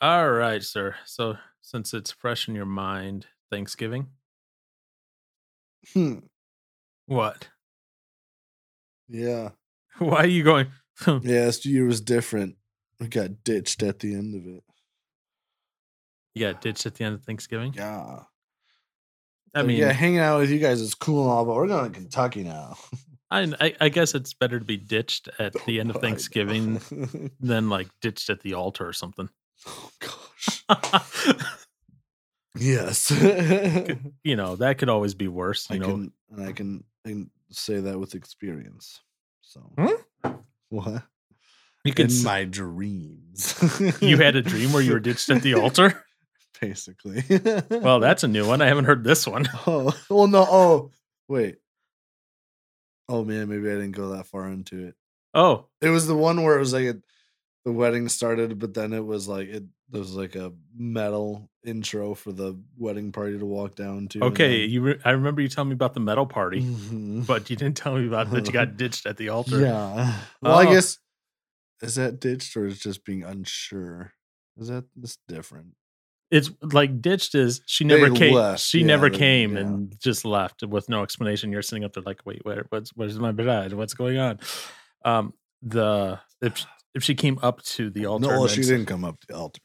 All right, sir. So since it's fresh in your mind, Thanksgiving. Hmm. What? Yeah. Why are you going? Yeah, this year was different. I got ditched at the end of it. You got ditched at the end of Thanksgiving. Yeah. I Like, mean, yeah, hanging out with you guys is cool and all, but we're going to Kentucky now. I, I I guess it's better to be ditched at the end of I know. Thanksgiving than like ditched at the altar or something. oh, gosh. Yes. I you know that could always be worse. You know, can, and I can, I can say that with experience. So, what? Hmm? you could. In s- my dreams. you had a dream where you were ditched at the altar. Basically. Well, that's a new one. I haven't heard this one. Oh, well, no. Oh, wait. Oh man, maybe I didn't go that far into it. Oh, It was the one where it was like it, the wedding started, but then it was like it there was like a metal intro for the wedding party to walk down to. okay. You. Re- I remember you telling me about the metal party, hmm but you didn't tell me about that you got ditched at the altar. Yeah. Well, I Oh. guess is that ditched or is just being unsure? Is that that's different? It's like ditched is she never They came. left, She yeah, never they- came yeah. and just left with no explanation. You're sitting up there like, wait, where, what's where's my bride? What's going on? Um, the if if she came up to the altar, No, well, and, she then- didn't come up to the altar.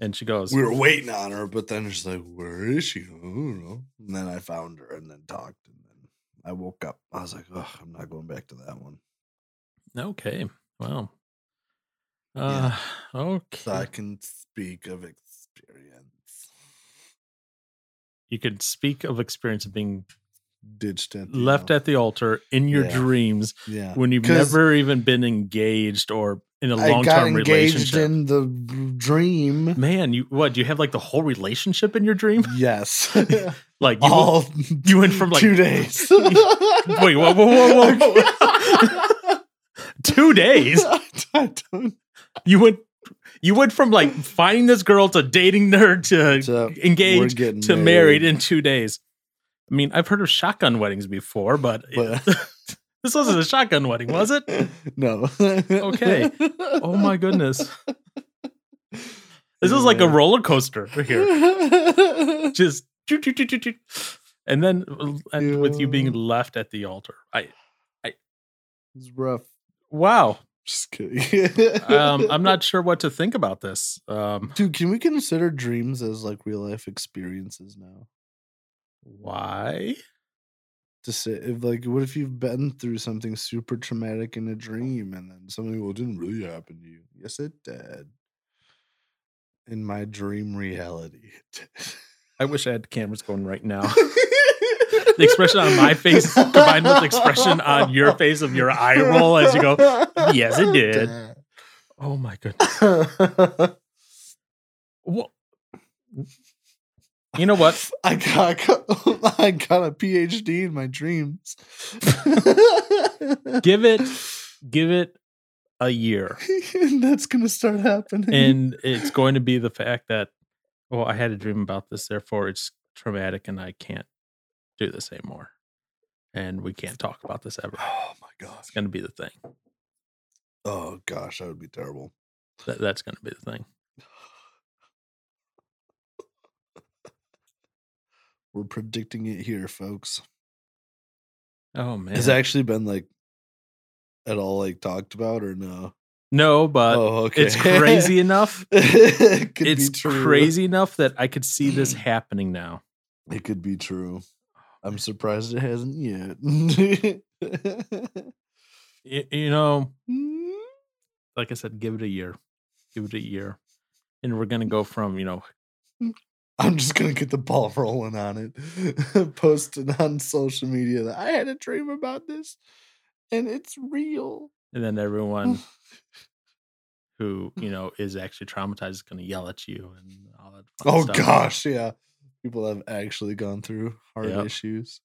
and she goes, we were waiting on her, but then it's like, where is she? I don't know. And then I found her and then talked. And then I woke up. I was like, oh, I'm not going back to that one. okay, wow, uh, Yeah. okay, So I can speak of experience. you could speak of experience of being Ditched at the left al- at the altar in your Yeah. dreams yeah. when you've 'Cause never even been engaged or in a I long got term engaged relationship. in the b- dream. Man, you what? You have like the whole relationship in your dream? Yes, Like you, all you went from, like- two days. Wait, whoa, whoa, whoa, whoa. two days. I don't You went you went from like finding this girl to dating her to, So, engaged we're getting to married. in two days. I mean, I've heard of shotgun weddings before, but, But- this wasn't a shotgun wedding, was it? no. Okay. Oh my goodness. This is like a Yeah. roller coaster here. here. Just choo- choo- choo- choo- choo. and then and with you being Yeah. left at the altar. I It's rough. wow. Just kidding. Um, I'm not sure what to think about this. Um, Dude, can we consider dreams as like real life experiences now? why? To say, if like, what if you've been through something super traumatic in a dream, and then something well, it didn't really happen to you? Yes, it did. In my dream reality, it did. I wish I had cameras going right now. The expression on my face combined with the expression on your face of your eye roll as you go, "Yes, it did." Oh my goodness. Wha- You know what? I got, I got a PhD in my dreams. Give it give it a year. and that's gonna start happening. And it's going to be the fact that well, I had a dream about this, therefore it's traumatic and I can't do this anymore. And we can't talk about this ever. oh my It's gosh. gonna be the thing. Oh gosh, that would be terrible. That, that's gonna be the thing. We're predicting it here, folks. Oh man. Has it actually been like at all like talked about or no? no, but oh, okay. it's crazy enough. it could it's be true. crazy enough that I could see this happening now. It could be true. I'm surprised it hasn't yet. Y- you know, like I said, give it a year. Give it a year. And we're gonna go from, you know, I'm just gonna get the ball rolling on it. Post it on social media that I had a dream about this and it's real. and then everyone who, you know, is actually traumatized is gonna yell at you and all that. fun Oh stuff. gosh, yeah. People have actually gone through hard Yep. issues.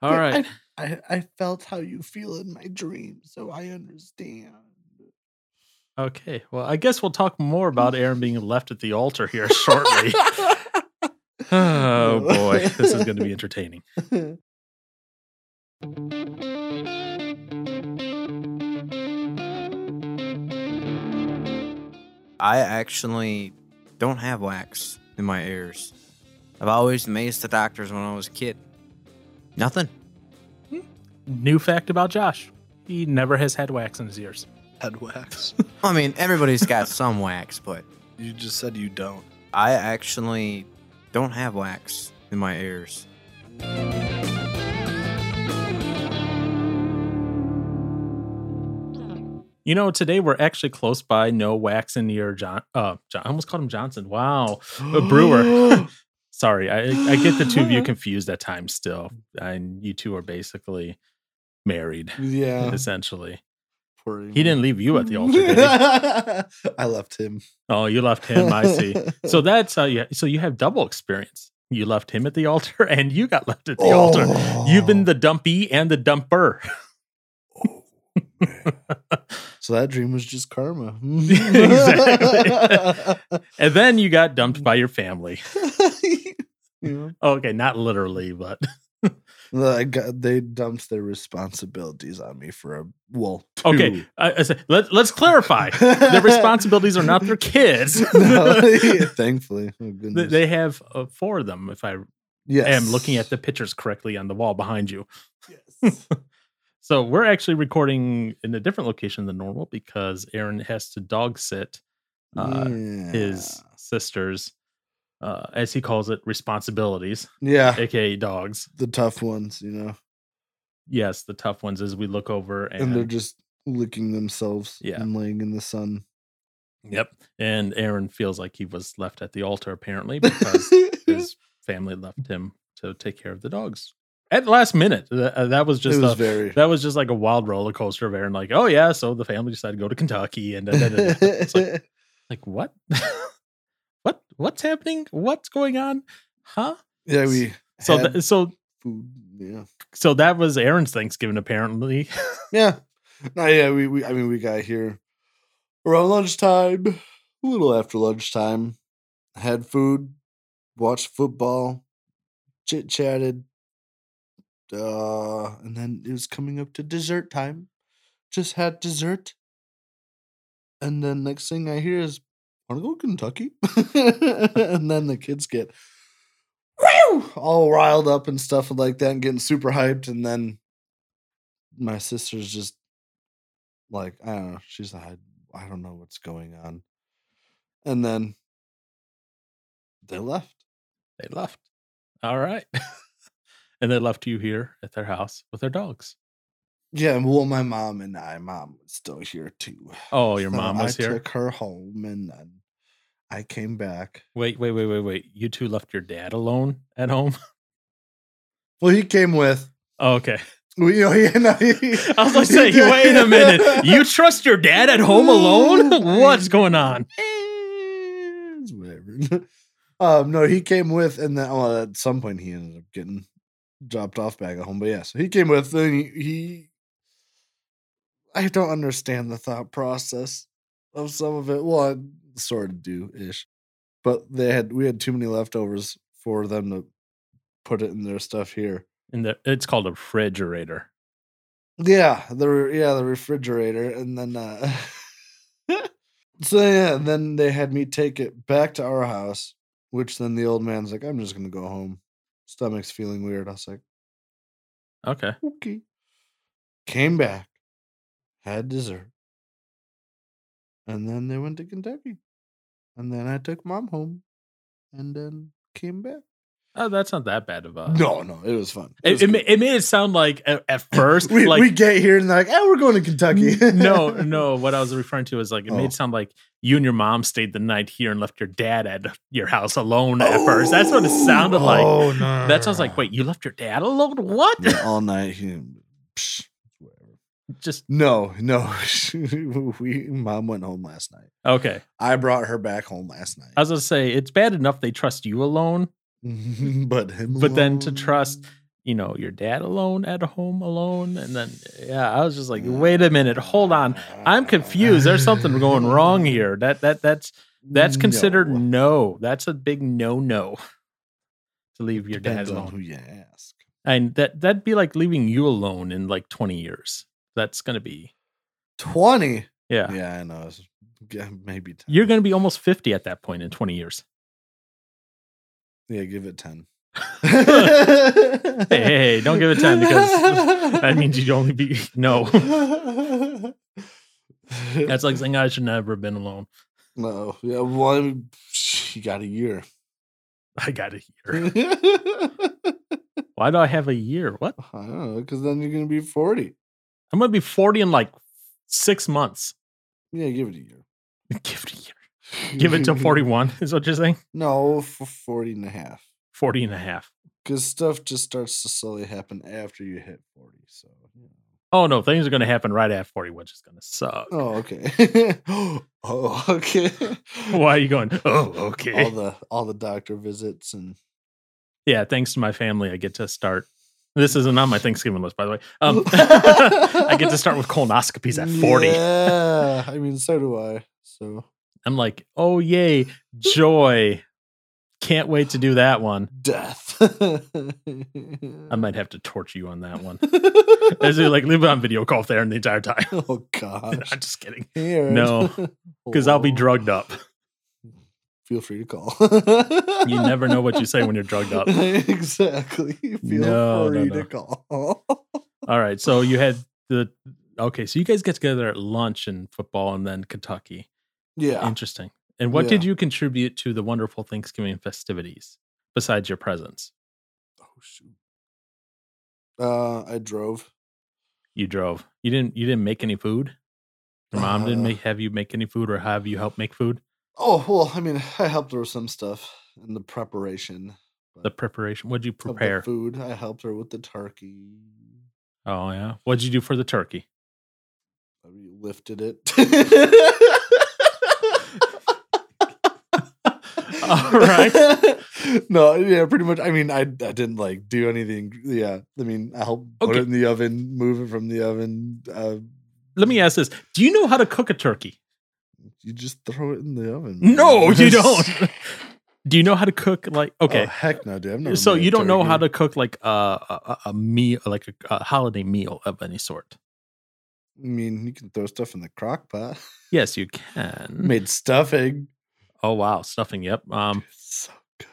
All But right. I, I felt how you feel in my dream, so I understand. Okay. Well, I guess we'll talk more about Aaron being left at the altar here shortly. oh boy. This is gonna be entertaining. I actually don't have wax in my ears. I've always amazed the doctors when I was a kid. Nothing. New fact about Josh. He never has had wax in his ears. Head wax. I mean, everybody's got some wax, but you just said you don't. I actually don't have wax in my ears. You know, today we're actually close by no wax in the ear John uh John I almost called him Johnson. Wow. A brewer. Sorry, I, I get the two of you confused at times still. And you two are basically married, yeah. Mm-hmm. essentially. pretty He didn't much. leave you at the altar, did he? I left him. Oh, you left him, I see. So that's how you so you have double experience. You left him at the altar and you got left at the altar. You've Oh. been the dumpy and the dumper. So that dream was just karma. Exactly. And then you got dumped by your family. Mm. Yeah. Okay, not literally, but I got- they dumped their responsibilities on me for a well. Okay, I, I said, let, let's clarify. the Their responsibilities are not their kids. thankfully, oh, They- goodness. they have uh, four of them, if I yes. am looking at the pictures correctly on the wall behind you. Yes. So we're actually recording in a different location than normal because Aaron has to dog sit uh, his sister's, uh, as he calls it, responsibilities, yeah, yeah, aka dogs. the tough ones, you know, Yes, the tough ones as we look over and, and, they're just licking themselves Yeah. and laying in the sun. yep. And Aaron feels like he was left at the altar apparently because his family left him to take care of the dogs at the last minute. Th- uh, That was just it was a, very. that was just like a wild roller coaster of Aaron. Like, oh yeah, so the family decided to go to Kentucky, and da, da, da, da." It's like, like what, what, what's happening? What's going on? Huh? yeah, we So had tha- so food. Yeah, so that was Aaron's Thanksgiving apparently. yeah, no, yeah. We, we I mean we got here around lunchtime, a little after lunchtime. Had food, watched football, chit chatted, uh, and then it was coming up to dessert time. Just had dessert, and then next thing I hear is, "Want to go to Kentucky?" and then the kids get "Whew!" all riled up and stuff like that, and getting super hyped. And then my sister's just like, I don't know. She's like, I, I don't know what's going on. And then they left. they left. All right, and they left you here at their house with their dogs. Yeah, well, my mom and I, mom was still here too. Oh, your So mom was I here. took her home, and then I came back. Wait, wait, wait, wait, wait. You two left your dad alone at home. Well, he came with. Oh, okay. Well, you know, he, no, he- I was like, say, wait a minute. You trust your dad at home alone? What's going on? It's whatever. um, no, he came with, and then well, at some point he ended up getting dropped off back at home. But yeah, so he came with, and he, he I don't understand the thought process of some of it. Well, I sort of do ish, but they had we had too many leftovers for them to put it in their stuff here. And the, it's called a refrigerator. Yeah, the re- yeah the refrigerator, and then uh, so yeah, then they had me take it back to our house, which then the old man's like, "I'm just gonna go home. Stomach's feeling weird." I was like, Okay. "Okay." Came back, had dessert, and then they went to Kentucky, and then I took mom home, and then came back. Oh, that's not that bad of a. No, no, it was fun. It, was it, ma- good. it made it sound like at, at first, we, like we get here and they're like, "Oh, we're going to Kentucky." no, no. What I was referring to is like it made Oh. it sound like you and your mom stayed the night here and left your dad at your house alone at first. That's what it sounded like. Oh, no. That sounds like, wait, you left your dad alone? What? Yeah, all night. He, psh, whatever. Just No, no. we mom went home last night. okay. I brought her back home last night. I was gonna say it's bad enough they trust you alone, but him but then to alone. trust you know your dad alone at home alone and then yeah i was just like wait a minute hold on i'm confused there's something going wrong here that that that's that's considered no, No. that's a big no no to leave your dad Depends on who alone you ask. and that that'd be like leaving you alone in like 20 years that's gonna be Twenty. yeah Yeah, I know. It's Yeah, maybe 10. You're going to be almost 50 at that point in 20 years. Yeah, give it 10. Hey, hey, hey, don't give it 10 because that means you'd only be, no. That's like saying I should never have been alone. No. Yeah, well, I mean, you got a year. I got a year. I Why do I have a year? What? don't know, because then you're going to be 40. I'm going to be 40 in like six months. Yeah, give it a year. Give it a year. Give it to 41 is what you're saying? No, for 40 and a half. 40 and a half. Because stuff just starts to slowly happen after you hit 40. So, you know. Oh no, things are going to happen right at 40, which is going to suck. Oh, okay. oh, okay. Why are you going? Oh, okay. All the all the doctor visits and yeah, thanks to my family, I get to start. This isn't on my Thanksgiving list, by the way. Um, I get to start with colonoscopies at 40. Yeah, I mean, so do I. So I'm like, oh, yay, joy. Can't wait to do that one. death. I I'm might have to torture you on that one. As you like, leave it on video call there and the entire time. oh gosh. I'm just kidding. Here. No, Because I'll be Oh, drugged up. Feel free to call. You never know what you say when you're drugged up. exactly. Feel No, no, free no. to call. All right. So you had the okay. So you guys get together at lunch and football, and then Kentucky. yeah. Interesting. And what did you contribute to the wonderful Thanksgiving festivities besides your presence? Oh shoot. Uh, I drove. You drove. You didn't. You didn't make any food. Your mom didn't Uh. make, have you make any food, or have you help make food? Oh well, I mean, I helped her with some stuff in the preparation. The preparation. What'd you of the prepare? food. I helped her with the turkey. Oh yeah. What'd you do for the turkey? I lifted it. All right. No, yeah, pretty much. I mean, I I didn't like do anything. Yeah, I mean, I helped put Okay. it in the oven, move it from the oven. Uh, Let me ask this. Do you know how to cook a turkey? you just throw it in the oven. man. No, you don't. do you know how to cook like okay? Oh, heck no, dude. I've never so made a you don't know how turkey. to cook like a a, a meal like a, a holiday meal of any sort I mean, you can throw stuff in the crock pot. yes you can Made stuffing. oh wow stuffing yep um Dude, so good.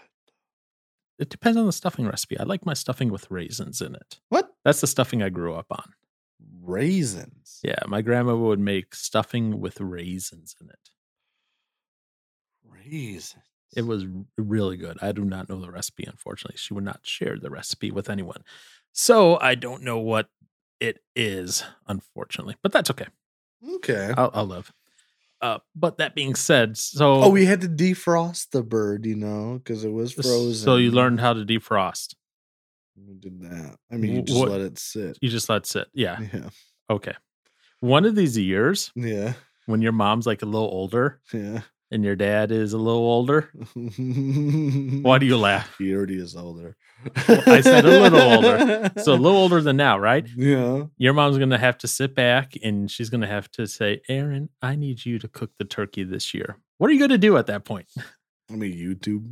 it depends on the stuffing recipe i like my stuffing with raisins in it What that's the stuffing i grew up on raisins? yeah my grandma would make stuffing with raisins in it raisins. it was r- really good i do not know the recipe unfortunately she would not share the recipe with anyone so i don't know what it is unfortunately but that's okay okay. i'll, I'll live uh, but that being said so Oh, we had to defrost the bird, you know, because it was frozen. So you learned how to defrost. We did that. I mean, you Wh- just what- let it sit. You just let sit. Yeah. Yeah. Okay. One of these years, Yeah. when your mom's like a little older Yeah. and your dad is a little older, why do you laugh? He already is older. I said a little older. So a little older than now, right? Yeah. Your mom's gonna have to sit back and she's gonna have to say, Aaron, I need you to cook the turkey this year. What are you gonna do at that point? I mean, YouTube,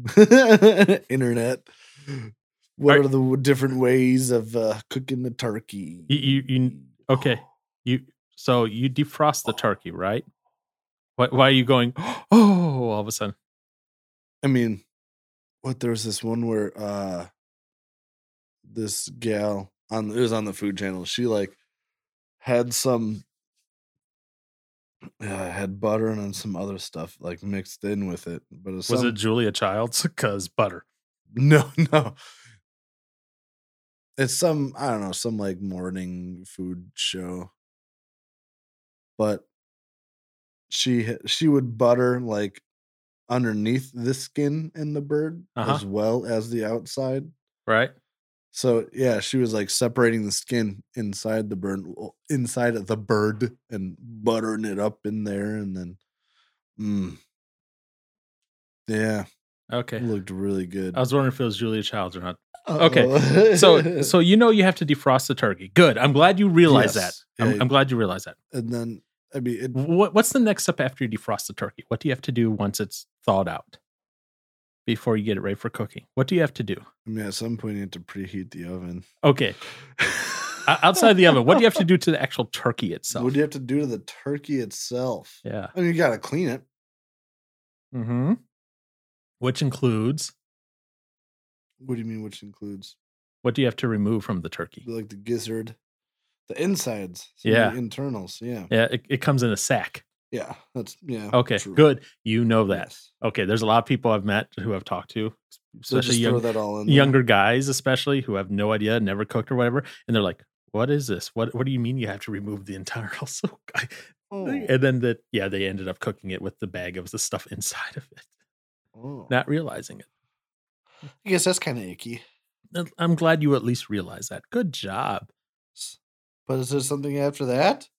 internet. What Are- are, the w- different ways of uh, cooking the turkey? You you, you okay. You so you defrost the turkey, right? Why, why are you going? Oh, all of a sudden. I mean, what there was this one where uh this gal on it was on the food channel. She like had some uh, had butter and then some other stuff like mixed in with it, but it was, Was some- it Julia Childs? Because butter. no no. It's some I don't know some like morning food show, but she h- she would butter like underneath the skin in the bird Uh-huh. as well as the outside. right? So yeah, she was like separating the skin inside the bird, well, inside of the bird, and buttering it up in there, and then, mm, yeah, Okay. it looked really good. I was wondering if it was Julia Childs or not. Uh, okay. So, so you know you have to defrost the turkey. Good. I'm glad you realize Yes. that. I'm, Yeah. I'm glad you realize that. and then I mean, it, What, what's the next step after you defrost the turkey? What do you have to do once it's thawed out? Before you get it ready for cooking, what do you have to do? I mean, at some point you have to preheat the oven. Okay, O- Outside the oven, what do you have to do to the actual turkey itself? What do you have to do to the turkey itself? yeah. I mean, you gotta clean it. Mm-hmm. Which includes What do you mean, which includes what do you have to remove from the turkey? like the gizzard, the insides, some of Yeah. the internals, yeah, Yeah, it, it comes in a sack. yeah. That's yeah. Okay, true. good. You know that. Yes. Okay, there's a lot of people I've met who I've talked to, So especially just young, throw that all in. there. younger guys, especially who have no idea, never cooked or whatever, and they're like, "What is this? What What do you mean you have to remove the entire?" Also, Oh, and then that yeah, they ended up cooking it with the bag of the stuff inside of it, oh. not realizing it. I guess that's kind of icky. And I'm glad you at least realized that. Good job. But is there something after that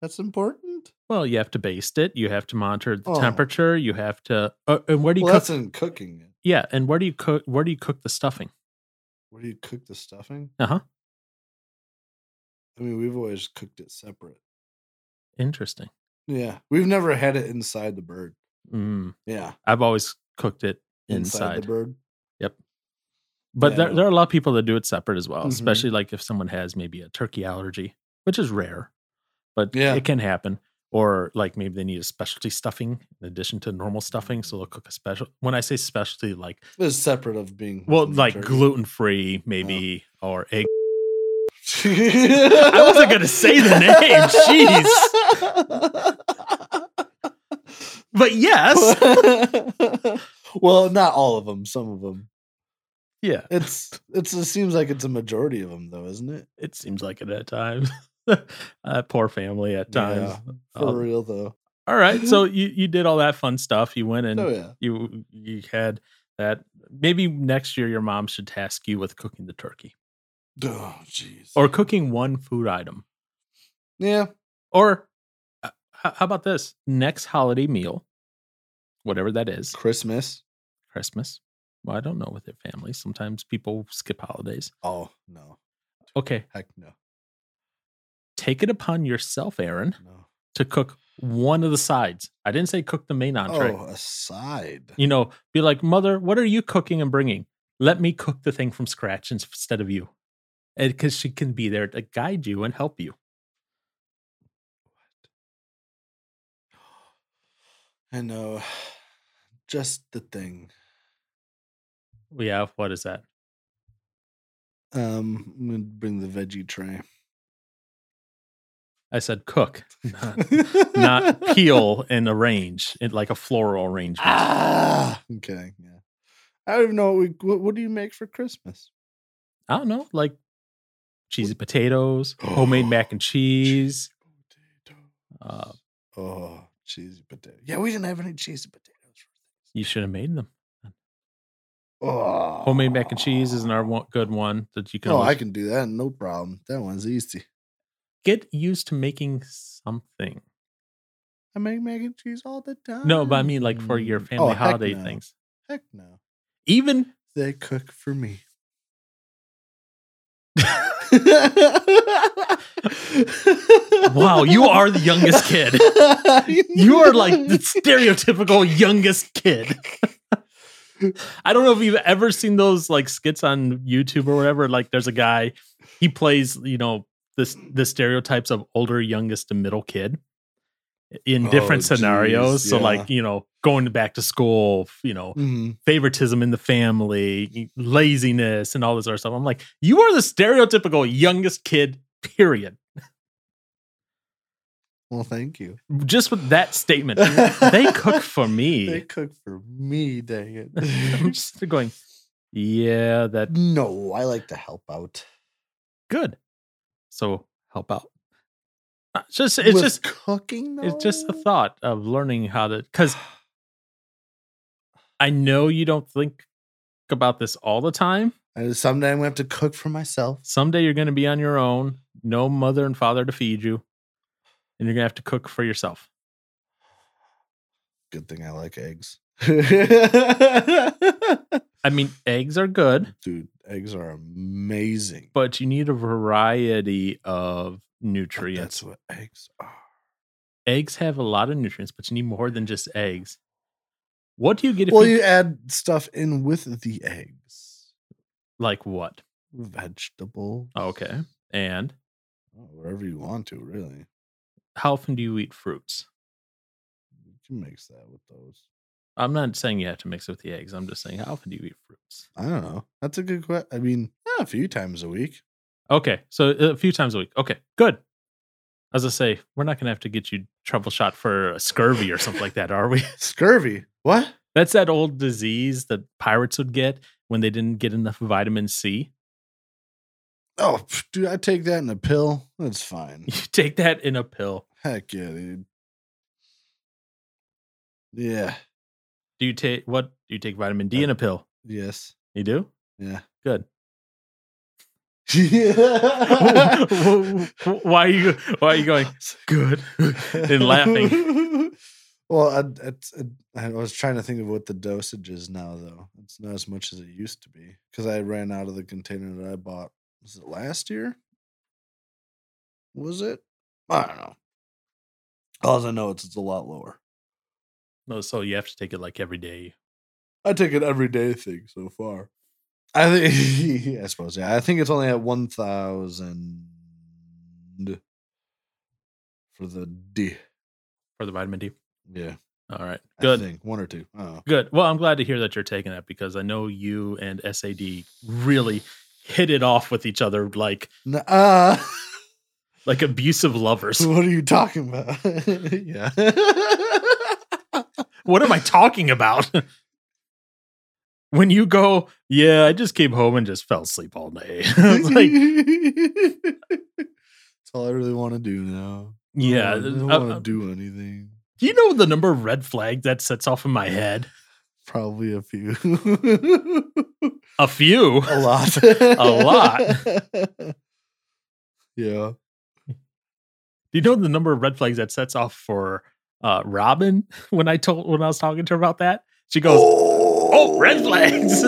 that's important? Well, you have to baste it. You have to monitor the Oh. temperature. You have to. Uh, and where do you Well, cook? that's in cooking it. yeah, and where do you cook? Where do you cook the stuffing? Where do you cook the stuffing? Uh-huh. I mean, we've always cooked it separate. Interesting. Yeah, we've never had it inside the bird. Mm, Yeah, I've always cooked it inside, inside. the bird. But there, Yeah. there are a lot of people that do it separate as well, Mhm. especially like if someone has maybe a turkey allergy, which is rare, but Yeah. it can happen. Or like maybe they need a specialty stuffing in addition to normal stuffing, so they'll cook a special. When I say specialty, like It's separate of being well, within the like turkey. Oh. gluten free, maybe or egg. I wasn't gonna say the name. But yes, Jeez. well, not all of them. Some of them. yeah, It's it's. It seems like it's a majority of them, though, isn't it? it seems like it at times. uh, poor family at times. Yeah, for Uh, real though. All right, so you you did all that fun stuff. You went and oh yeah. you you had that maybe next year your mom should task you with cooking the turkey Oh jeez. or cooking one food item yeah. or uh, h- how about this next holiday meal whatever that is Christmas. christmas well i don't know with their family sometimes people skip holidays Oh no. okay Heck no. take it upon yourself aaron No. to cook one of the sides i didn't say cook the main entree Oh, aside. you know be like mother what are you cooking and bringing let me cook the thing from scratch instead of you and because she can be there to guide you and help you I know. Just the thing. Yeah, what is that? Um, I'm gonna bring the veggie tray. I said cook, not, not peel and arrange it like a floral arrangement. Ah, I'm kidding. Yeah, I don't even know what we. What, what do you make for Christmas? I don't know, like cheesy potatoes, homemade mac and cheese. Potatoes. Uh, oh, cheesy potato. Yeah, we didn't have any cheesy potatoes. you should have made them. Oh, Homemade mac and cheese is another one, good one that you can, Oh, I always- can do that. No problem. That one's easy. get used to making something. I make mac and cheese all the time. No, but I mean like for your family Oh, heck holiday no. things. Heck no. Even They cook for me. Wow, you are the youngest kid. you are like the stereotypical youngest kid. I don't know if you've ever seen those like skits on YouTube or whatever. Like, there's a guy, he plays, you know, this the stereotypes of older, youngest, and middle kid in Oh, different geez, scenarios. So, yeah. like, you know, going back to school, f- you know, Mhm. favoritism in the family, laziness, and all this other stuff. I'm like, you are the stereotypical youngest kid. Period. Well, thank you. Just with that statement, they cook for me. Oh, They cook for me, dang I'm it. just going, yeah, that no, I like to help out. good. So help out. Uh, It's just it's With just cooking. it's just the though? thought of learning how to because I know you don't think about this all the time. And someday I'm gonna have to cook for myself. Someday you're gonna be on your own, no mother and father to feed you, and you're gonna have to cook for yourself. Good thing I like eggs. I mean, eggs are good, Dude, eggs are amazing. but you need a variety of But nutrients. That's what eggs are. eggs have a lot of nutrients, but you need more than just eggs. What do you get if Well, you, you add stuff in with the eggs. like what? Uh Oh, Vegetable. Okay. And Oh, wherever you want to, really. How often do you eat fruits? You can mix that with those. I'm not saying you have to mix it with the eggs. I'm just saying how often do you eat fruits? I don't know. That's a good question. I mean, yeah, a few times a week. Okay, so a few times a week. Okay, good. As I say, we're not gonna have to get you trouble shot for uh, scurvy or something like that, are we? Scurvy. What? That's that old disease that pirates would get when they didn't get enough vitamin C. Oh, pff, dude, I take that in a pill. That's fine. You take that in a pill. Heck yeah, dude. Yeah. Do you take what? Do you take vitamin D in a pill? Yes. You do? Yeah. Good. Yeah. why are you why are you going good and laughing? well, I, it's- it- I was trying to think of what the dosage is now, though. It's not as much as it used to be because I ran out of the container that I bought. Was it last year? Was it? I don't know. All I know is it's a lot lower. No, "Oh, so you have to take it like every day. I take an everyday thing so far. I think, I suppose, yeah. I think it's only at one thousand for the D. for the vitamin D. Yeah, All right. I Good. think one or two. Oh, Good. Well, I'm glad to hear that you're taking that because I know you and SAD really hit it off with each other like N- uh, like abusive lovers. what are you talking about? yeah, what am I talking about? when you go, yeah, I just came home and just fell asleep all day. It's like, that's all I really want to do now. yeah, uh, I don't I- want I- to do anything. do you know the number of red flags that sets off in my head? Probably a few, A few. a lot, lot. yeah. Do you know the number of red flags that sets off for uh, Robin when I told when I was talking to her about that? She goes, Oh, Oh, red flags.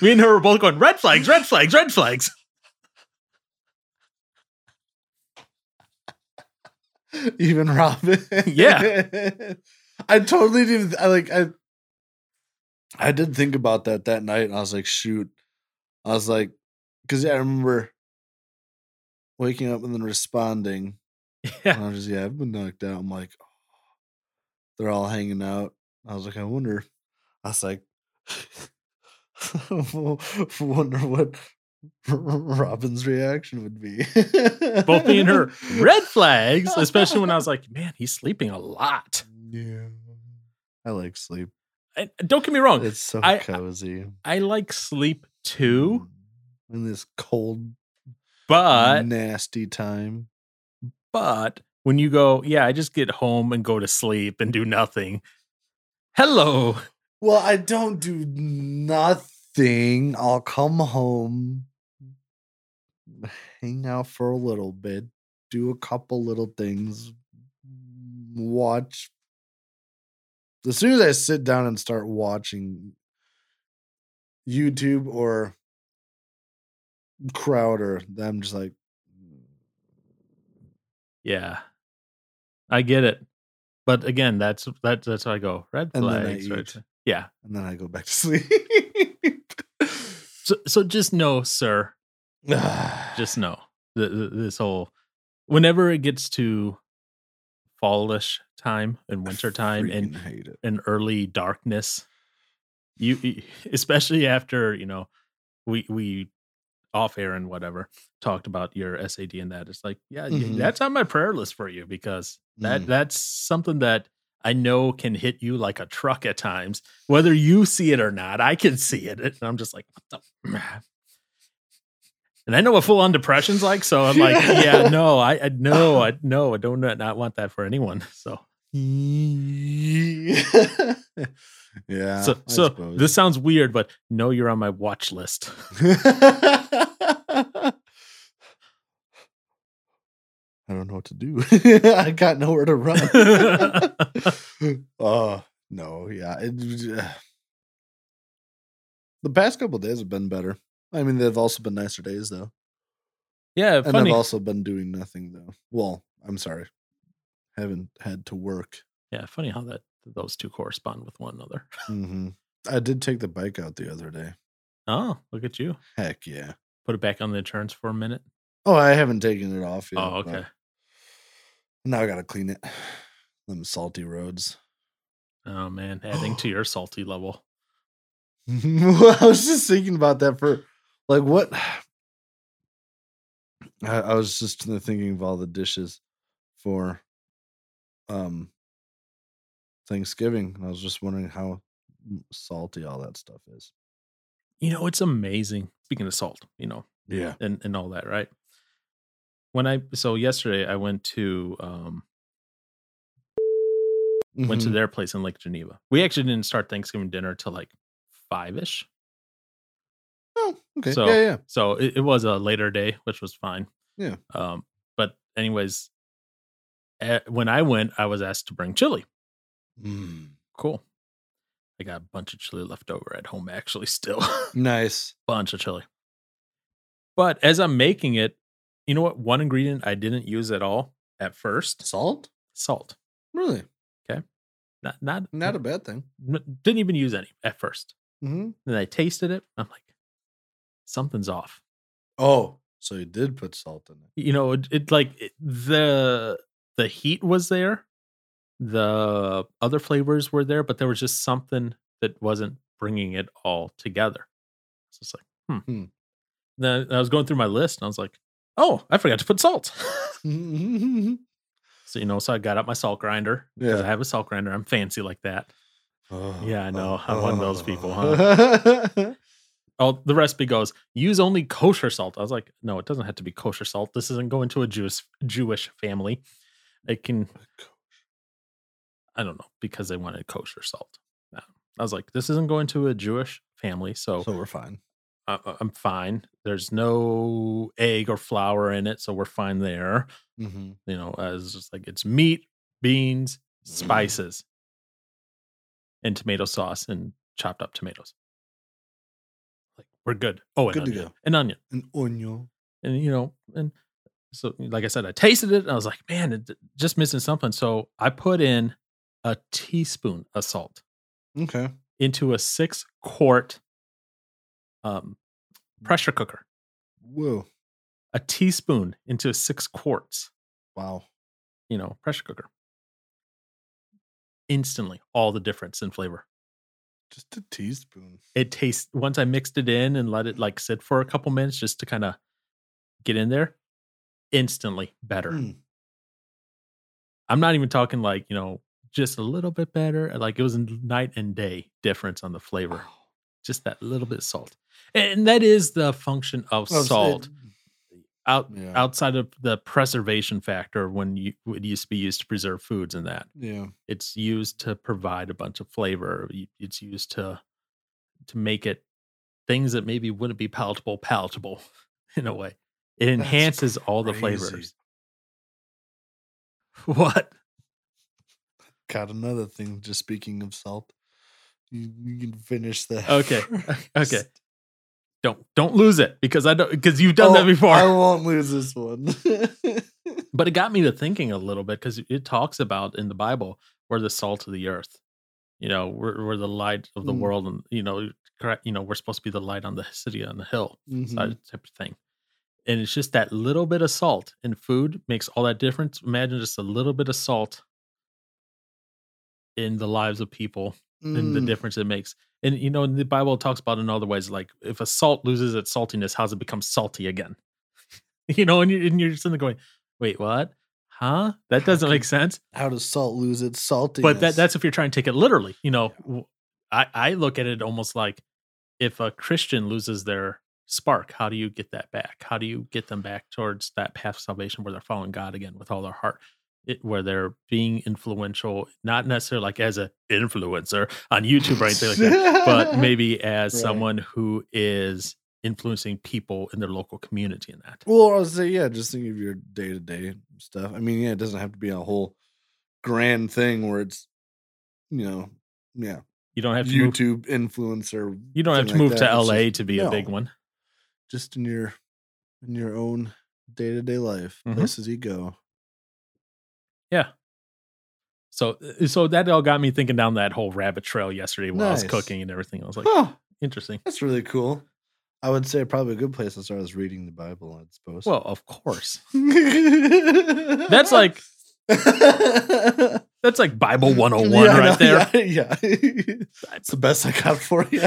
Me and her were both going, red flags, red flags, red flags. Even Robin. Yeah. I totally did. I like. I. I did think about that that night, and I was like, "Shoot," I was like, "Cause yeah, I remember waking up and then responding." Yeah. And I was just, "Yeah, I've been knocked out." I'm like, "Oh." "They're all hanging out." I was like, "I wonder." I was like, "Wonder what Robin's reaction would be." Both me and her, red flags, especially when I was like, man, he's sleeping a lot. Yeah. I like sleep. And don't get me wrong, It's so Oh, I- cozy. I like sleep Mm. too, In this cold, but, nasty time. but when you go, yeah, I just get home and go to sleep and do nothing. Hello. Well, I don't do nothing. I'll come home, hang out for a little bit, do a couple little things, watch. As soon as I sit down and start watching YouTube or Crowder, then I'm just like, Yeah. I get it. But again, that's that, that's how I go. Red And then I flags. red eat. flags. Yeah. and then I go back to sleep. So so just know, sir, just know th- th- this whole whenever it gets to fallish time and winter time and Freaking hate it. and early darkness you you- especially after you know we we off air and whatever talked about your sad and that it's like yeah y- Mhm. that's on my prayer list for you because that Mm. that's something that i know can hit you like a truck at times whether you see it or not i can see it and i'm just like what the and i know what full-on depression's like so i'm like Yeah. yeah no i, I no i no i don't not want that for anyone so yeah. so, Uh, I so suppose. this sounds weird, but no, you're on my watch list. I don't know what to do. I got nowhere to run. uh no, yeah. It, uh, the past couple days have been better. I mean, they've also been nicer days though, Yeah, and funny. I've also been doing nothing though. Well, I'm sorry, haven't had to work. yeah, funny how that those two correspond with one another. hmm I did take the bike out the other day. Oh, look at you. Heck yeah. Put it back on the insurance for a minute. Oh, I haven't taken it off yet. oh, but okay. Now I gotta clean it. Them salty roads. Oh man, adding to your salty level. I was just thinking about that for like what I, I was just thinking of all the dishes for um Thanksgiving. and I was just wondering how salty all that stuff is. You know, it's amazing. Speaking of salt, you know, Yeah. and and all that, right? When I so yesterday I went to um went Mm-hmm. to their place in Lake Geneva. We actually didn't start Thanksgiving dinner till like five ish. Oh, okay. So- yeah, yeah. So it, it was a later day, which was fine. Yeah. Um, but anyways, eh, when I went, I was asked to bring chili. Mm. Cool. I got a bunch of chili left over at home actually still. Nice. bunch of chili. But as I'm making it, you know what? One ingredient I didn't use at all at first, Salt? salt. Really? Not not Not a bad thing. n- didn't even use any at first. Mm-hmm. Then I tasted it. I'm like, something's off. Oh, so you did put salt in it. You know, it, it like it- the the heat was there, the other flavors were there, but there was just something that wasn't bringing it all together. So it's like, hmm. Hmm. Then I was going through my list and I was like, oh, I forgot to put salt. Mm-hmm. so you know, so I got out my salt grinder because Yeah. I have a salt grinder. I'm fancy like that. Oh, Yeah, I know. I'm one of those people, huh? Oh, the recipe goes use only kosher salt. I was like, no, it doesn't have to be kosher salt. This isn't going to a Jewish Jewish family. It can, I don't know, because they wanted kosher salt. Uh, I was like, this isn't going to a Jewish family, so, so we're fine. I, I- I'm fine. There's no egg or flour in it, so we're fine there. Mm-hmm. You know, uh, it's just like it's meat, beans, Mm-hmm. spices, and tomato sauce and chopped up tomatoes. Like we're good. Oh, and Good to onion. go. An onion An onion. and you know and so like i said i tasted it and i was like man it d- just missing something so i put in a teaspoon of salt Okay. into a six quart um, Mm-hmm. pressure cooker Whoa. a teaspoon into six quarts Wow. you know pressure cooker instantly all the difference in flavor Just a teaspoon. it tastes once i mixed it in and let it like sit for a couple minutes just to kind of get in there instantly better Mm. I'm not even talking like, you know, just a little bit better. uh, Like it was a night and day difference on the flavor. Wow. Just that little bit of salt. And that is the function of Oh, so salt it- out yeah. outside of the preservation factor when you it used to be used to preserve foods and that. yeah. It's used to provide a bunch of flavor. Y- It's used to to make it things that maybe wouldn't be palatable palatable in a way. It That's enhances all the crazy. flavors. What? Got another thing. Just speaking of salt, you, you can finish that. Okay. Okay. first. don't don't lose it because I don't because you've done that Oh, before. I won't lose this one. but it got me to thinking a little bit because it talks about in the Bible we're the salt of the earth. You know, we're we're the light of the Mm. world, and you know, correct. You know, we're supposed to be the light on the city on the hill Mhm. side type of thing. And it's just that little bit of salt in food makes all that difference. Imagine just a little bit of salt in the lives of people and the Mm. difference it makes. And you know, in the Bible it talks about it in other ways, like if a salt loses its saltiness, how's it become salty again? you know, and you're, and you're just in there going, wait, what? Huh? That How doesn't make can- sense. How does salt lose its saltiness? But that, that's if you're trying to take it literally. You know, w- I, I look at it almost like if a Christian loses their spark, how do you get that back? How do you get them back towards that path of salvation where they're following God again with all their heart? It, where they're being influential, not necessarily like as an influencer on YouTube or anything like that, but maybe as Right. someone who is influencing people in their local community in that. Well, I was say, yeah, just think of your day to day stuff. I mean, yeah, it doesn't have to be a whole grand thing where it's, you know, yeah, You don't have to move, YouTube influencer, you don't have to something move like to that. It's LA just- to be a big no. one. just in your in your own day to day life, Mhm. places you go. So uh, so that all got me thinking down that whole rabbit trail yesterday while I was Nice. cooking and everything. I was like, oh, interesting. that's really cool. I would say probably a good place to start is reading the Bible, I suppose. Well, of course. that's That's like that's like Bible 101 right there. Yeah, yeah. it's the best I got for you.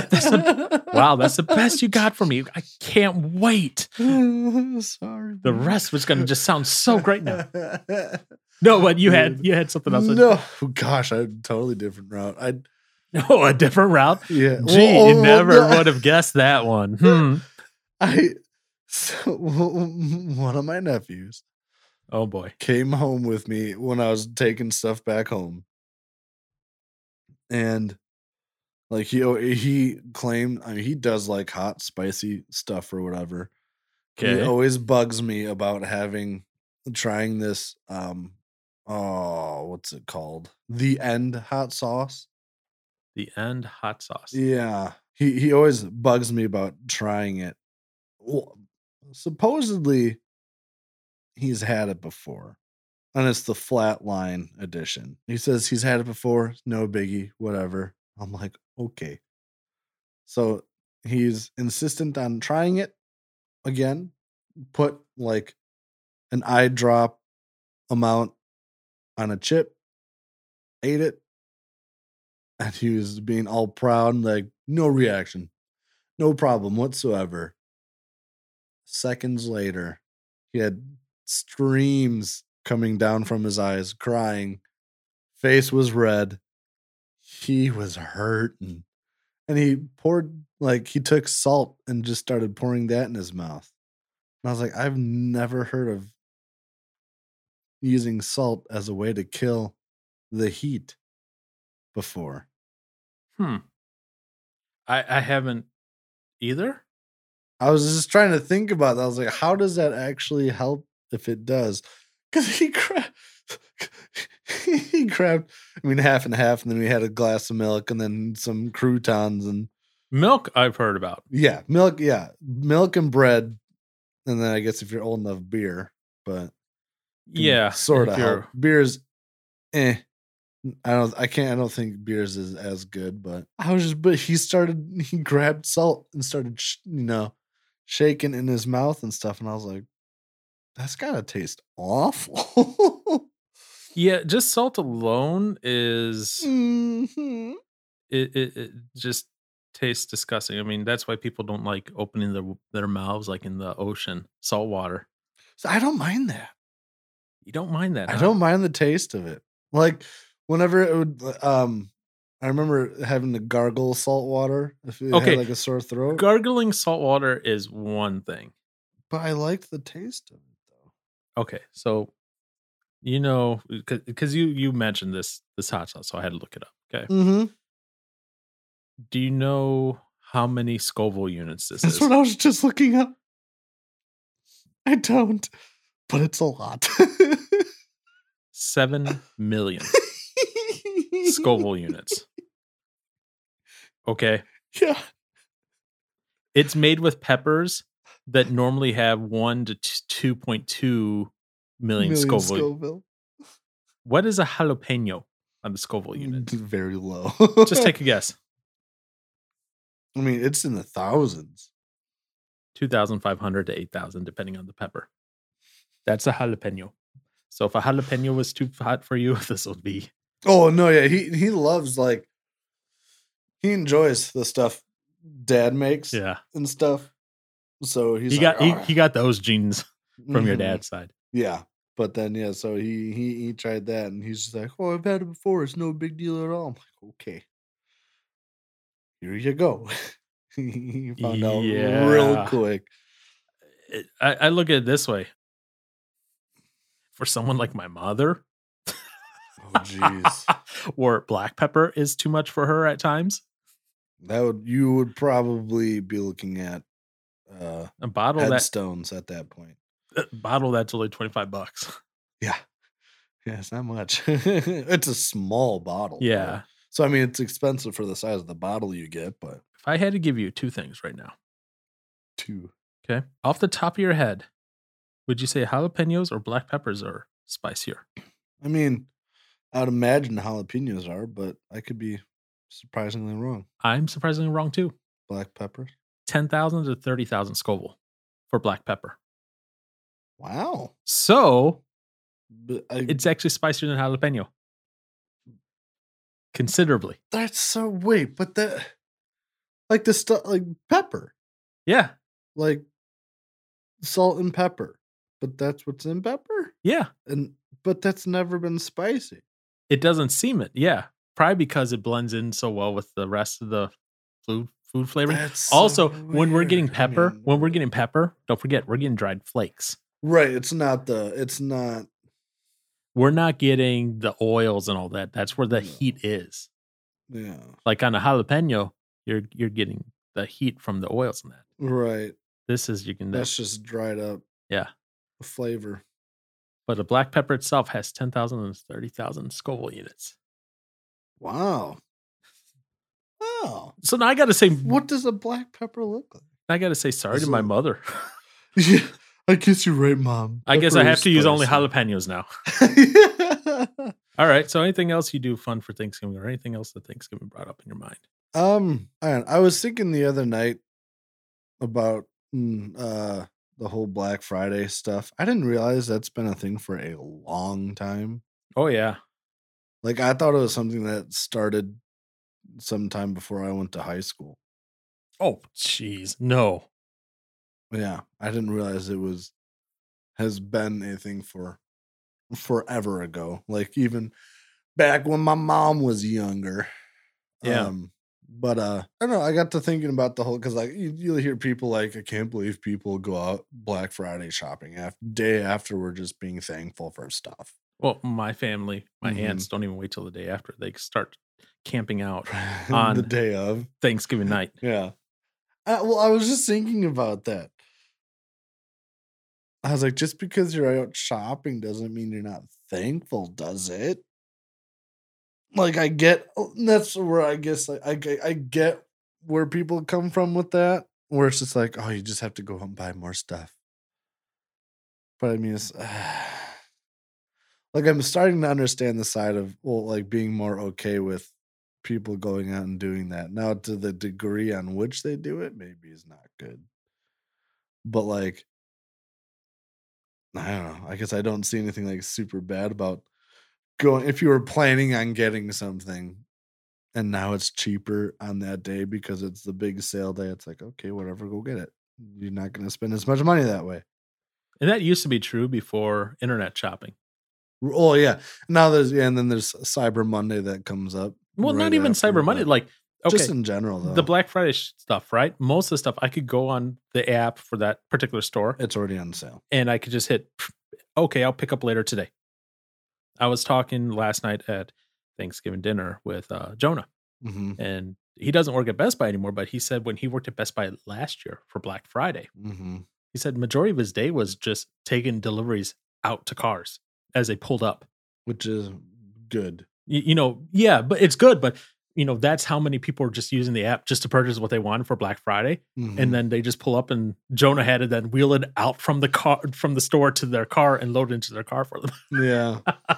Wow, that's the best you got for me. I can't wait. Sorry. The man. rest was going to just sound so great now. No, but you had you had something else. No, gosh, I totally different route. I No, a different route. yeah. Gee, Well, you well, never no, would have guessed that one. Hmm. I so one of my nephews Oh boy. came home with me when I was taking stuff back home, and like he oh, he claimed I mean, he does like hot spicy stuff or whatever. Okay. It always bugs me about having trying this um oh what's it called? The end hot sauce. The end hot sauce. Yeah. He he always bugs me about trying it. Well, supposedly he's had it before. And it's the flatline edition. He says he's had it before, no biggie, whatever. I'm like, okay. So he's insistent on trying it again. Put like an eye drop amount on a chip, ate it, and he was being all proud and like no reaction no problem whatsoever seconds later he had streams coming down from his eyes crying face was red he was hurting and he poured like he took salt and just started pouring that in his mouth and i was like i've never heard of using salt as a way to kill the heat before Hmm. I I haven't either. I was just trying to think about that. I was like, how does that actually help if it does? Because he cra- he grabbed, I mean, half and half, and then we had a glass of milk and then some croutons and Milk I've heard about. yeah, milk, yeah, milk and bread. And then I guess if you're old enough, beer, but Yeah. sort if of you're- Mm, help. Beer's, eh. I don't, I can't, I don't think beers is as good, but I was just, but he started, he grabbed salt and started, sh- you know, shaking in his mouth and stuff. And I was like, that's gotta taste awful. Yeah, just salt alone is Mm. Mhm. it, it, it just tastes disgusting. I mean, that's why people don't like opening their their mouths like in the ocean, salt water. So I don't mind that. You don't mind that. I huh? don't mind the taste of it. Like whenever it would, um, I remember having to gargle salt water if it Okay. had like a sore throat. Gargling salt water is one thing. but I liked the taste of it though. Okay, so you know because you you mentioned this this hot sauce, so I had to look it up. Okay, Mm-hmm. do you know how many Scoville units this That's is? what I was just looking up. I don't, but it's a lot. Seven million Scoville units. Okay, Yeah. It's made with peppers that normally have one to two point two million, Scoville. Scoville. What is a jalapeno on the Scoville Mm, unit? Very low. Just take a guess. I mean, it's in the thousands. Two thousand five hundred to eight thousand, depending on the pepper. That's a jalapeno. So if a jalapeno was too hot for you, this would be Oh no, yeah. He he loves like he enjoys the stuff dad makes yeah. and stuff. So he's he like, got he, "Ah." he got those genes from your Mhm. dad's side. Yeah. But then yeah, so he he he tried that and he's just like, Oh, I've had it before, it's no big deal at all. I'm like, okay. Here you go. he found out real Yeah. quick. It- I, I look at it this way. For someone like my mother, Oh jeez. or black pepper is too much for her at times. that would you would probably be looking at uh A bottle that headstones at that point. bottle that's only twenty five bucks. Yeah. Yeah, it's not much. it's a small bottle. but- Yeah. So I mean it's expensive for the size of the bottle you get, but If I had to give you two things right now, two. okay, off the top of your head, would you say jalapenos or black peppers are spicier? I mean, I'd imagine jalapenos are, but I could be surprisingly wrong. I'm surprisingly wrong too. Black pepper. 10,000 to 30,000 Scoville for black pepper. Wow. So But I, it's actually spicier than jalapeno. Considerably. that's so wait, but that like the stuff like pepper, Yeah. like salt and pepper. But that's what's in pepper, Yeah. and but that's never been spicy. It doesn't seem it. Yeah. Probably because it blends in so well with the rest of the food food flavoring. That's also, so when we're getting weird. I pepper, mean, when we're getting pepper, don't forget we're getting dried flakes. right, it's not the it's not We're not getting the oils and all that. That's where the No. heat is. yeah Like on a jalapeno, you're you're getting the heat from the oils and that. right. This is you can That's just dried up. Yeah. flavor. but a black pepper itself has 10,000 and 30,000 Scoville units. Wow. Oh, So now I got to say what does a black pepper look like? I got to say sorry to This my is- mother. Yeah, I guess you're right, mom. I guess I Pepper have is to use only spicy. jalapenos now. All right. So, anything else you do fun for Thanksgiving, or anything else that Thanksgiving brought up in your mind? um, I, I was thinking the other night about mm, uh the whole Black Friday stuff. I didn't realize that's been a thing for a long time. Oh yeah, Like I thought it was something that started sometime before I went to high school. Oh, jeez. No. Yeah, I didn't realize it was has been a thing for forever ago. Like even back when my mom was younger. Yeah. Um, but uh, I don't know. I got to thinking about the whole because like you, you'll hear people like I can't believe people go out Black Friday shopping after day after we're just being thankful for stuff. Well, my family, my Mhm. aunts don't even wait till the day after. They start camping out the On- day of Thanksgiving night. Yeah. Uh, well, I was just thinking about that. I was like, just because you're out shopping doesn't mean you're not thankful, does it? Like, I get oh, and that's where I guess like, I g- I get where people come from with that, where it's just like, oh, you just have to go out and buy more stuff. But I mean, it's like I'm starting to understand the side of well, like being more okay with people going out and doing that. Now, to the degree on which they do it, maybe is not good. But like, I don't know. I guess I don't see anything like super bad about going. If you were planning on getting something, and now it's cheaper on that day because it's the big sale day, it's like okay, whatever, go get it. You're not going to spend as much money that way. And that used to be true before internet shopping. R- Oh yeah. Now there's yeah, and then there's Cyber Monday that comes up. Well, right not even after, Cyber Monday. but Like, okay, just in general though. the Black Friday sh- stuff, right? Most of the stuff I could go on the app for that particular store it's already on sale. and I could just hit, okay, I'll pick up later today. I was talking last night at Thanksgiving dinner with uh, Jonah. Mm-hmm. and he doesn't work at Best Buy anymore. But he said when he worked at Best Buy last year for Black Friday, Mm-hmm. he said majority of his day was just taking deliveries out to cars as they pulled up. which is good. You, you know, yeah, but it's good. But you know, that's how many people are just using the app just to purchase what they wanted for Black Friday, Mm-hmm. and then they just pull up and Jonah had to then wheel it out from the car from the store to their car and load it into their car for them. Mhm. yeah, I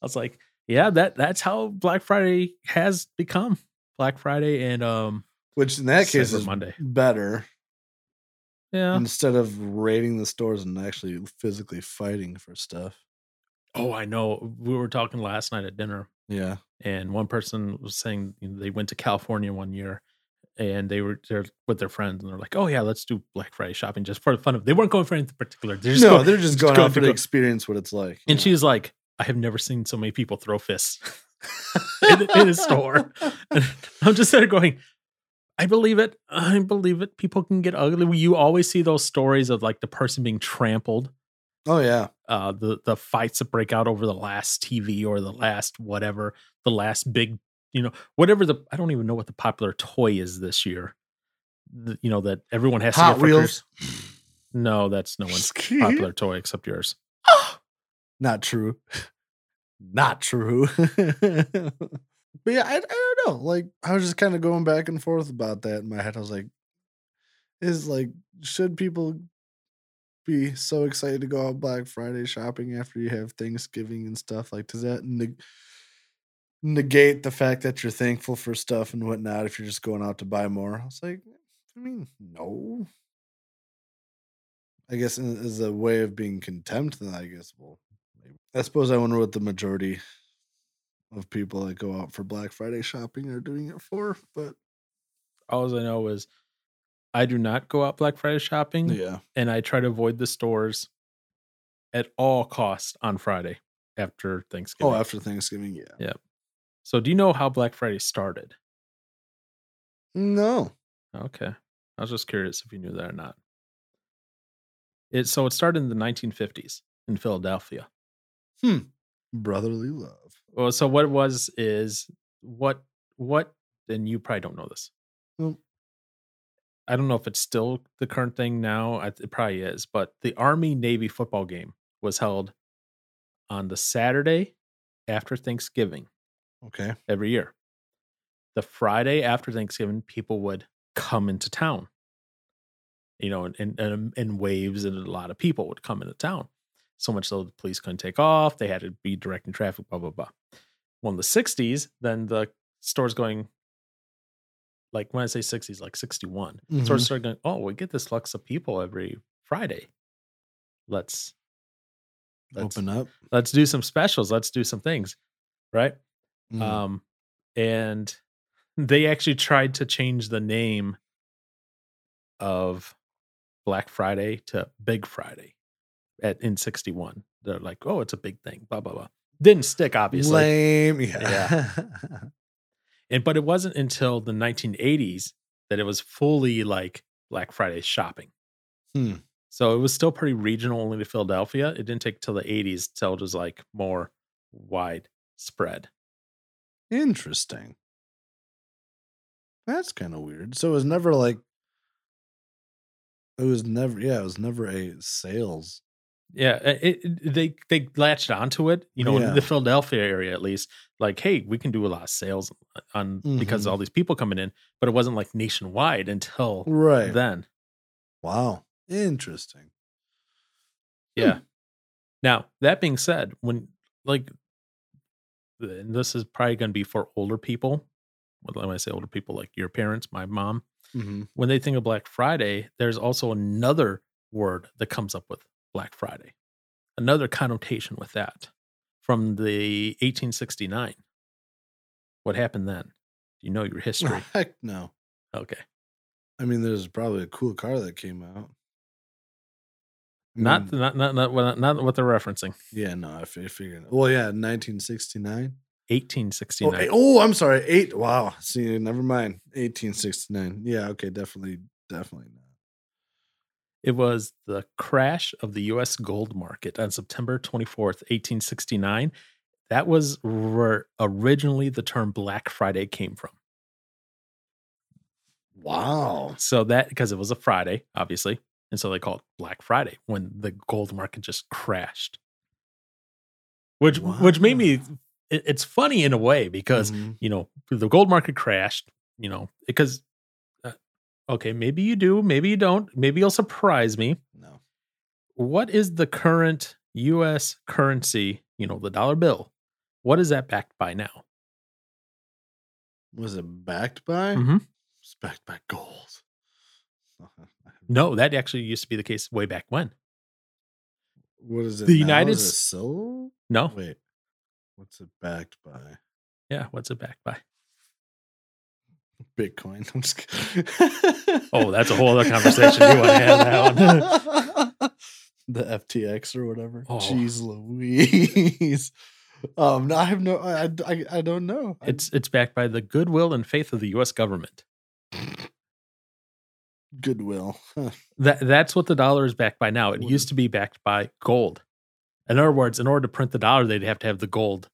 was like, yeah, that that's how Black Friday has become. Black Friday and um which in that case Cyber is Monday. better Yeah. instead of raiding the stores and actually physically fighting for stuff. Oh, I know. We were talking last night at dinner, Yeah, and one person was saying you know, they went to California one year, and they were there with their friends, and they're like, "Oh yeah, let's do Black Friday shopping just for the fun of." it." They weren't going for anything particular. They're just no, going- they're just going going out to for to go- experience what it's like. and yeah. she's like, "I have never seen so many people throw fists in, in a store." And I'm just there going. I believe it. I believe it. People can get ugly. You always see those stories of like the person being trampled Oh yeah, uh, the the fights that break out over the last TV or the last whatever, the last big, you know, whatever the I don't even know what the popular toy is this year. The- you know that everyone has to Hot get for Wheels. Christ- No, that's no one's popular toy except yours. Not true. Not true. but yeah, I, I don't know. Like I was just kind of going back and forth about that in my head. I was like, is like, should people be so excited to go out Black Friday shopping after you have Thanksgiving and stuff? Like, does that neg- negate the fact that you're thankful for stuff and whatnot if you're just going out to buy more? I was like, I mean, no. I guess in- as a way of being contempt, then I guess, well, maybe. I suppose I wonder what the majority of people that go out for Black Friday shopping are doing it for, but All I know is I do not go out Black Friday shopping yeah. and I try to avoid the stores at all costs on Friday after Thanksgiving. Oh, after Thanksgiving, yeah. so do you know how Black Friday started? No. Okay. I was just curious if you knew that or not. It so it started in the 1950s in Philadelphia. Brotherly love. Well, so what it was is what what and you probably don't know this. Nope. I don't know if it's still the current thing now. I- It probably is, but the Army Navy football game was held on the Saturday after Thanksgiving Okay. every year. The Friday after Thanksgiving, people would come into town, you know, and in, in, in waves, and a lot of people would come into town. So much so the police couldn't take off. They had to be directing traffic, blah, blah, blah. Well, in the 60s, then the store's going, like when I say 60s, like 61. Stores Mhm. started going, oh, we get this flux of people every Friday. Let's, let's, Open up. let's do some specials. Let's do some things, right? Mm. Um, and they actually tried to change the name of Black Friday to Big Friday at in '61. They're like, "Oh, it's a big thing." Blah blah blah. Didn't stick, obviously. Lame. Yeah. And but it wasn't until the 1980s that it was fully like Black Friday shopping. Hmm. So it was still pretty regional, only to Philadelphia. It didn't take till the 80s till it was like more widespread. Interesting. That's kind of weird. So it was never like it was never yeah, it was never a sales. Yeah, uh, it, it- they they latched onto it, you know, in Yeah. the Philadelphia area at least. Like, hey, we can do a lot of sales on because Mhm. all these people coming in, but it wasn't like nationwide until Right. then. wow. Interesting. Hmm. Yeah. Now that being said, when like, and this is probably going to be for older people. When I say older people, like your parents, my mom, Mm-hmm. when they think of Black Friday, there's also another word that comes up with Black Friday, another connotation with that from the 1869. What happened then? You know your history. Heck no. Okay. I mean, there's probably a cool car that came out. I mean, Not, not, not, not, what- not what they're referencing. yeah, no, I fi- figured. Well, yeah, 1969. Oh, 1869. eh, oh, I'm sorry. Eight. Wow. See, never mind. 1869. Yeah. Okay. Definitely. Definitely not. It was the crash of the US gold market on September 24th, 1869. That was where originally the term Black Friday came from. Wow. So that because it was a Friday, obviously, and so they call it Black Friday when the gold market just crashed. Which which made me Wow. it- it's funny in a way because Mhm. you know the gold market crashed, you know, because uh, okay, maybe you do, maybe you don't, maybe you'll surprise me. no. What is the current US currency, you know, the dollar bill? What is that backed by now? Was it backed by? Mhm. It's backed by gold. No, that actually used to be the case way back when. What is it? The now? United Is it S- Oh. silver? No. Wait. What's it backed by? Yeah, what's it backed by? Bitcoin. I'm just kidding. Oh, that's a whole other conversation you wanna have that one. the FTX or whatever. Oh. Jeez Louise. Um, no, I have no, I, I, I don't know. I- It's it's backed by the goodwill and faith of the U.S. government. goodwill. Huh. That that's what the dollar is backed by now. It What used is- to be backed by gold. In other words, in order to print the dollar, they'd have to have the gold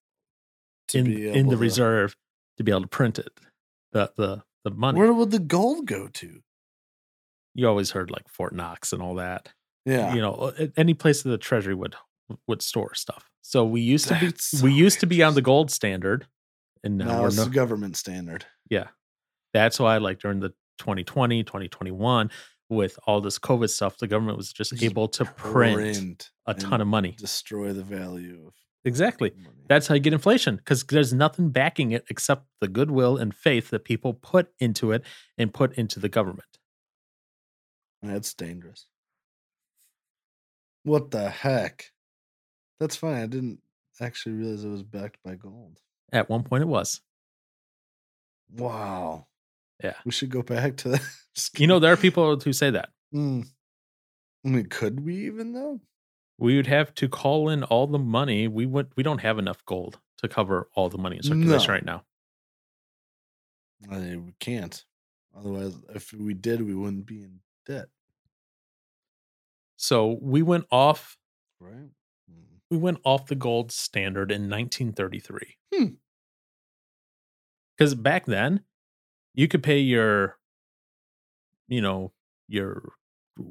To in be in able the to- reserve to be able to print it. The the the money Where would the gold go to? you always heard like Fort Knox and all that. Yeah. You know, uh, a- any place that the Treasury would would store stuff. So we used to be That's so we used to be on the gold standard, and now, now we're it's no, the government standard. That's why, like during the 2020, 2021, with all this COVID stuff, the government was just Just able to print, a and ton of money. destroy the value of Exactly. money. That's how you get inflation because there's nothing backing it except the goodwill and faith that people put into it and put into the government. That's dangerous. What the heck? That's fine. I didn't actually realize it was backed by gold. At one point, it was. Wow. Yeah. We should go back to that. Just You know, kidding. there are people who say that. Mm. I mean, could we even though? We would have to call in all the money. We would. We don't have enough gold to cover all the money in circulation No. right now. I mean, we can't. Otherwise, if we did, we wouldn't be in debt, So we went off. right? Mm. We went off the gold standard in 1933. Hmm. Because back then, you could pay your, you know, your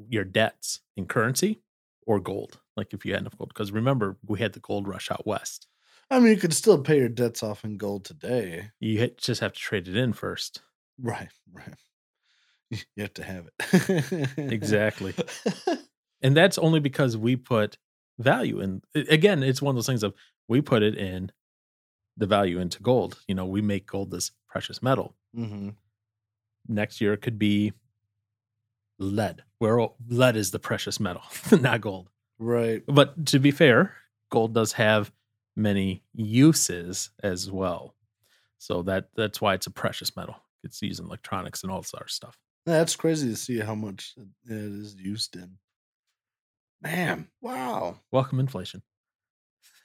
your debts in currency or gold. Like if you had enough gold. Because remember, we had the gold rush out west. I mean, you could still pay your debts off in gold today. You had- just have to trade it in first. Right, right. You have to have it. Exactly. and that's only because we put value in a- again it's one of those things of we put it in the value into gold you know we make gold this precious metal hmm next year it could be lead where all- lead is the precious metal not gold Right. but to be fair gold does have many uses as well so that that's why it's a precious metal it's used in electronics and all this other stuff That's crazy to see how much it is used in. Man, wow. welcome inflation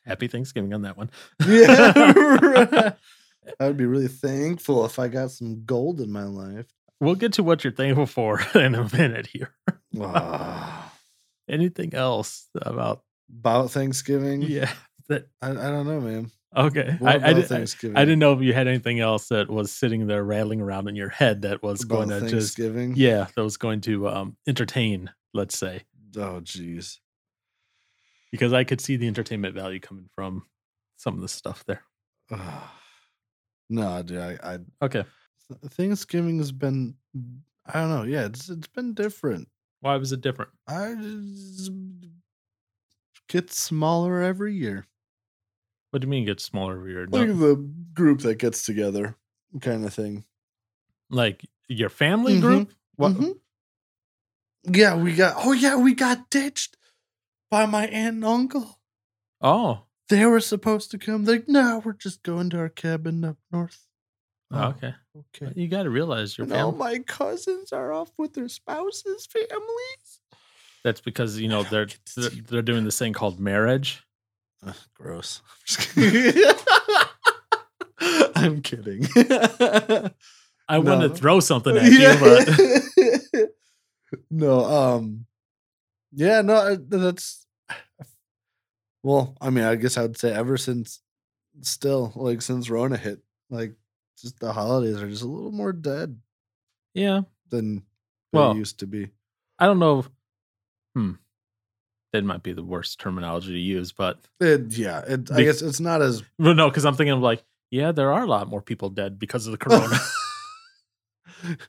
happy thanksgiving on that one Yeah. right. Eh, I would be really thankful if I got some gold in my life. We'll get to what you're thankful for in a minute here. Ah, Anything else about About Thanksgiving? yeah? That I, I don't know, man. okay. What I, I, about did, I, Thanksgiving? I didn't know if you had anything else that was sitting there rattling around in your head that was about going to just Thanksgiving. yeah that was going to um entertain. Let's say Oh, jeez. because I could see the entertainment value coming from some of the stuff there. Ah. no, dude. I, I Okay. Th- Thanksgiving has been I don't know, yeah, it's it's been different. Why was it different? I just gets smaller every year. What do you mean get smaller every year? Like No- the group that gets together kind of thing. like your family Mhm. group? What? Mhm. Yeah, we got oh yeah, we got ditched by my aunt and uncle. Oh, They were supposed to come. They're like, no, we're just going to our cabin up north. oh, okay. Okay. You got to realize your And all family. my cousins are off with their spouses' families. That's because you I know don't they're get to they're, see- they're doing this thing called marriage. Ugh, gross. I'm kidding. I I'm wanted No. to throw something at you, but no, um, yeah, no, I- that's well, I mean, I guess I would say ever since still, like, since Rona hit, like, just the holidays are just a little more dead yeah, than they Well, used to be. I don't know. If, hmm, that might be the worst terminology to use, but It, yeah, it, I Be- guess it's not as well, no, because I'm thinking of like, yeah, there are a lot more people dead because of the corona.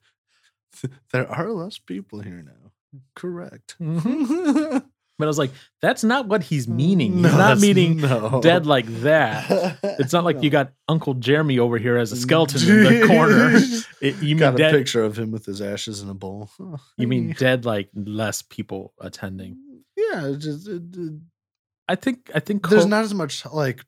there are less people here now. Correct. Mhm. But I was like, that's not what he's meaning. Mm, No, he's not that's- meaning no. dead like that. It's not like you No. got Uncle Jeremy over here as a skeleton in the corner. It- you mean got a dead? picture of him with his ashes in a bowl. Oh, You mean hey. dead like less people attending? Yeah, it's just it, it- I think I think there's co- not as much like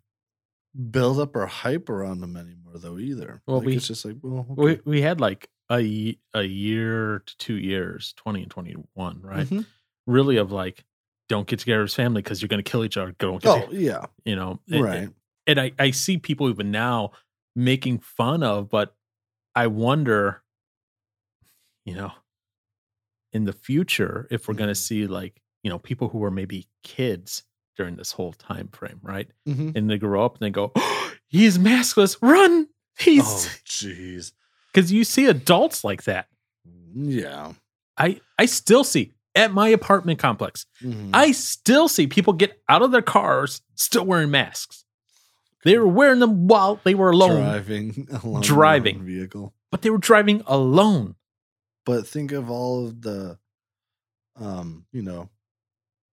build up or hype around them anymore though either. Well, Like, we- it's just like well, we okay. we had like a ye- a year to two years, twenty and twenty one, right? Mhm. Really, of like, don't get together as family because you're going to kill each other. Don't get Oh together, yeah, you know, It- it- right. and I I see people even now making fun of, but I wonder, you know, in the future if we're going to Mhm. see like you know people who were maybe kids during this whole time frame, right? Mhm. And they grow up and they go, he's maskless, run, he's Oh jeez. because you see adults like that. Yeah. I I still see at my apartment complex. Mhm. I still see people get out of their cars still wearing masks. They were wearing them while they were alone, driving alone in your own Driving. vehicle. but they were driving alone. but think of all of the um you know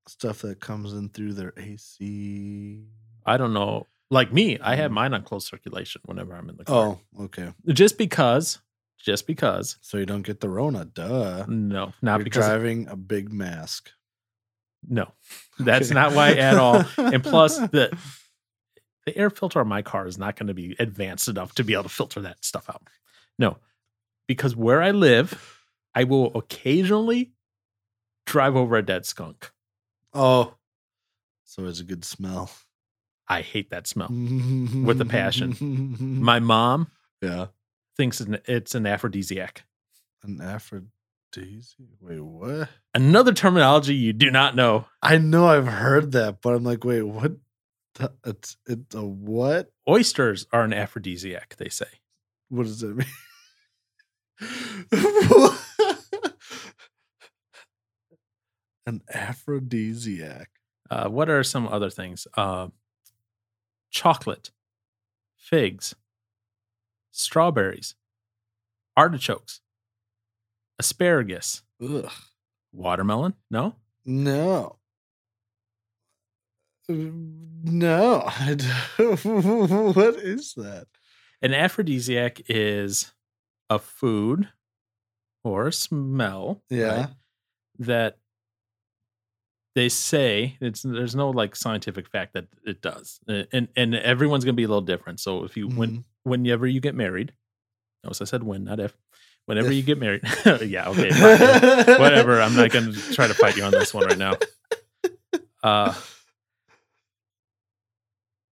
stuff that comes in through their ac I don't know. Like me, I have mine on closed circulation whenever I'm in the car. oh okay Just because just because. so you don't get the Rona. Duh. No, not You're because. driving a big mask. no, that's Okay. not why at all. And plus, the the air filter on my car is not going to be advanced enough to be able to filter that stuff out. No, because where I live, I will occasionally drive over a dead skunk. oh, so it's a good smell I hate that smell. Mm-hmm. with Oh. a passion. My mom yeah, thinks it's an- it's an aphrodisiac. an aphrodisiac. Wait, what? Another terminology you do not know. I know I've heard that, but I'm like, wait, what? The, it's it's a what? Oysters are an aphrodisiac, they say. What does it mean? an aphrodisiac. Uh, what are some other things? Uh, chocolate, figs, strawberries, artichokes, asparagus, Ugh. watermelon. No, No. No. I don't- what is that? an aphrodisiac is a food or a smell. Yeah. right, that they say it's there's no like scientific fact that it does, Uh, and and everyone's gonna be a little different. So if you when Mhm. whenever you get married. Notice I said when, not if. Whenever If. you get married. yeah, Mm. okay. fine. Whatever. I'm not going to try to fight you on this one right now. Uh,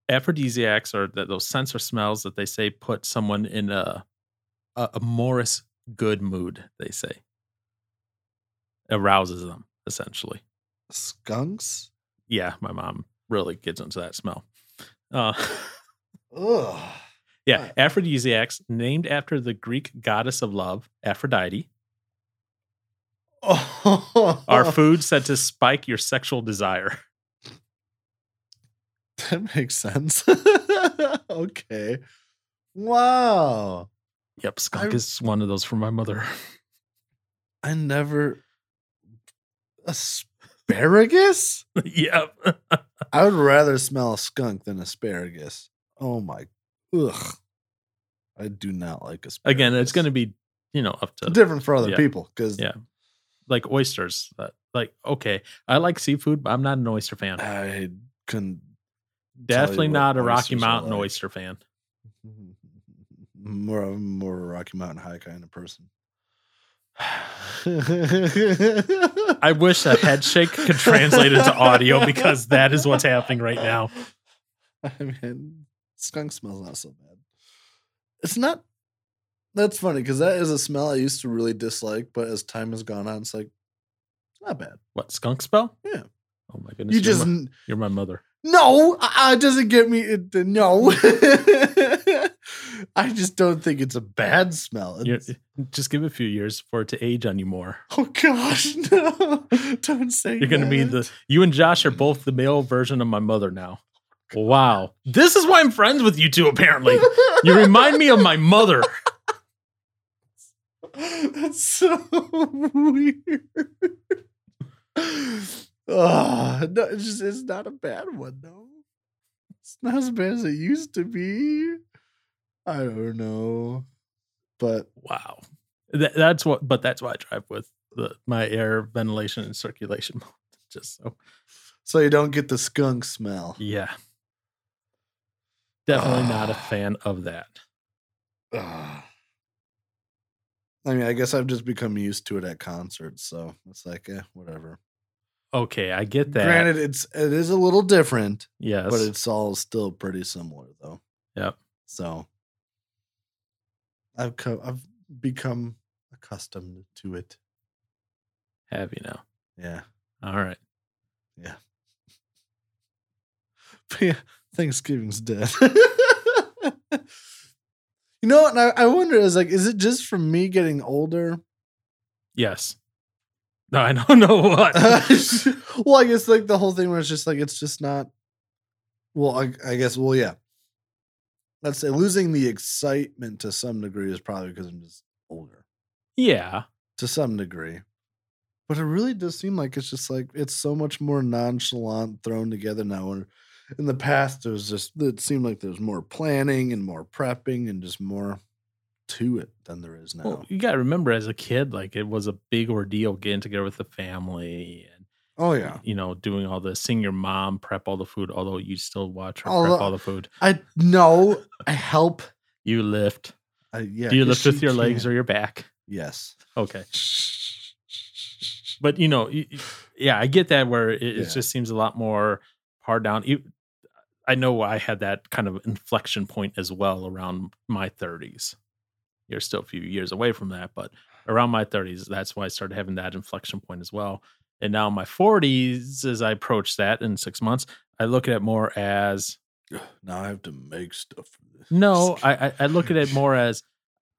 aphrodisiacs are th- those scents or smells that they say put someone in a, a, a Morris good mood, they say. Arouses them, essentially. Skunks? Yeah, my mom really gets into that smell. Uh, Ugh. yeah, aphrodisiacs, named after the Greek goddess of love, Aphrodite. Oh. are food said to spike your sexual desire. That makes sense. okay. Wow. Yep, skunk I- is one of those for my mother. I never. Asparagus? yep. I would rather smell a skunk than asparagus. Oh my. Ugh. I do not like asparagus. Again, it's going to be, you know, up to different for other yeah. people because Yeah. like oysters. Uh, Like, okay, I like seafood, but I'm not an oyster fan. I couldn't. tell you Definitely what not a Rocky oysters are Mountain like. oyster fan. More of more of a Rocky Mountain High kind of person. I wish that head shake could translate into audio because that is what's happening right now. I mean, skunk smells not so bad. It's not. That's funny because that is a smell I used to really dislike, but as time has gone on, it's like it's not bad. What skunk spell? Yeah. Oh my goodness. You You just are my, you're my mother. no, uh, it doesn't get me. It, no, I just don't think it's a bad smell. You're, It's- just give it a few years for it to age on you more. oh gosh, no! Don't say You're going to be that. the you and Josh are both the male version of my mother now. Wow. This is why I'm friends with you two apparently. You remind me of my mother. That's so weird. Ah, no, it's just it's not a bad one though. It's not as bad as it used to be. I don't know, but Wow. That, that's what but that's why I drive with the my air ventilation and circulation mode. Just so so you don't get the skunk smell. yeah. Definitely not a fan of that. Ah. I mean, I guess I've just become used to it at concerts, so it's like, eh, whatever. Okay, I get that. Granted, it's it is a little different. yes. but it's all still pretty similar though. Yep. So I've co- I've become accustomed to it. heavy now. Yeah. All right. But yeah, Thanksgiving's dead. you know, and I, I wonder is like, is it just from me getting older? Yes. No, I don't know what. well, I guess like the whole thing where it's just like it's just not. Well, I, I guess well, yeah. Let's say losing the excitement to some degree is probably because I'm just older. yeah. to some degree. But it really does seem like it's just like it's so much more nonchalant thrown together now. And in the past, it was just it seemed like there's more planning and more prepping and just more to it than there is now. Well, you got to remember as a kid, like it was a big ordeal getting together with the family and, oh yeah, you know, doing all the seeing your mom prep all the food, although you still watch her Although- prep all the food. I no, I help. You lift. I, yeah, Do you 'cause lift with she your legs can't. or your back? yes? Okay. But, you know, y- y- yeah, I get that where it, it Yeah. just seems a lot more hard down. You, I know I had that kind of inflection point as well around my 30s. You're still a few years away from that, but around my 30s, that's why I started having that inflection point as well. And now in my 40s, as I approach that in six months, I look at it more as Now I have to make stuff. For this. no, I, I I look at it more as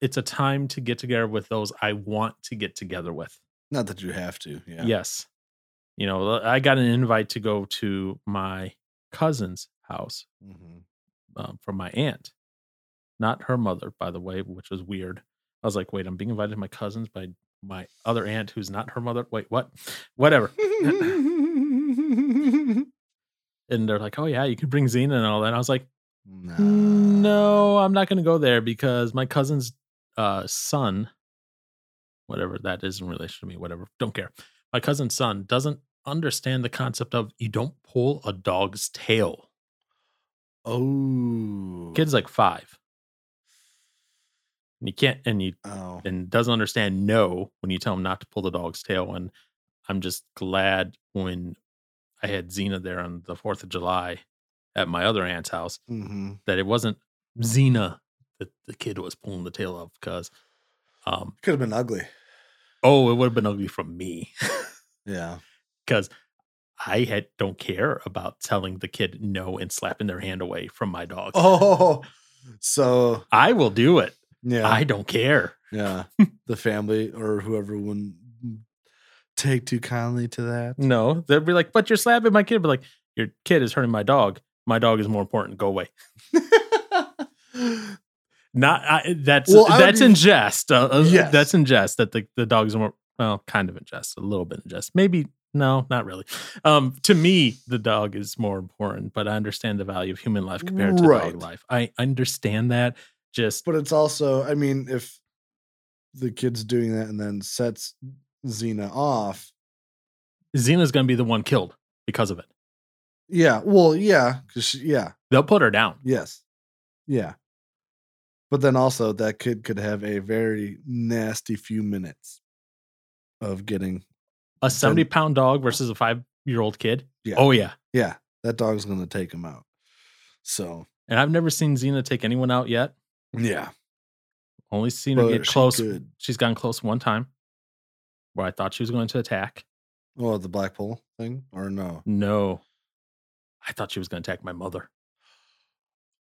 it's a time to get together with those I want to get together with. Not that you have to. Yeah. Yes. You know, I got an invite to go to my cousin's house Mhm. um, from my aunt, not her mother, by the way, which was weird. I was like, wait, I'm being invited to my cousin's by my other aunt who's not her mother. Wait, what? Whatever. Mm-hmm. And they're like, oh, yeah, you could bring Xena and all that. And I was like, Nah. No, I'm not going to go there because my cousin's uh, son, whatever that is in relation to me, whatever, don't care. My cousin's son doesn't understand the concept of you don't pull a dog's tail. Oh. Kid's like five. And you can't, and you Oh. and doesn't understand no when you tell him not to pull the dog's tail. And I'm just glad when I had Xena there on the 4th of July at my other aunt's house hmm that it wasn't Xena that the kid was pulling the tail of because um Could have been ugly. oh it would have been ugly from me Yeah. because I had don't care about telling the kid no and slapping their hand away from my dog. Oh. So I will do it. yeah. I don't care. yeah. the family or whoever wouldn't take too kindly to that. No, they'll be like, but you're slapping my kid. But like, your kid is hurting my dog. My dog is more important. Go away. Not I, that's Well, I would that's be- in jest. Uh, uh, Yes. That's in jest that the, the dog is more well, kind of in jest, a little bit in jest. Maybe no, not really. Um, to me, the dog is more important, but I understand the value of human life compared to Right. dog life. I understand that. Just but it's also, I mean, if the kid's doing that and then sets Xena off, Xena's going to be the one killed because of it. yeah. Well, yeah, because yeah, They'll put her down. yes, yeah. But then also, that kid could have a very nasty few minutes of getting. A seventy pound dog versus a five year old kid. Yeah. Oh yeah. Yeah, that dog's gonna take him out. So And I've never seen Xena take anyone out yet. yeah, Only seen her but get she close. could- She's gotten close one time, where I thought she was going to attack. Oh, the black pole thing, or no? No. I thought she was going to attack my mother.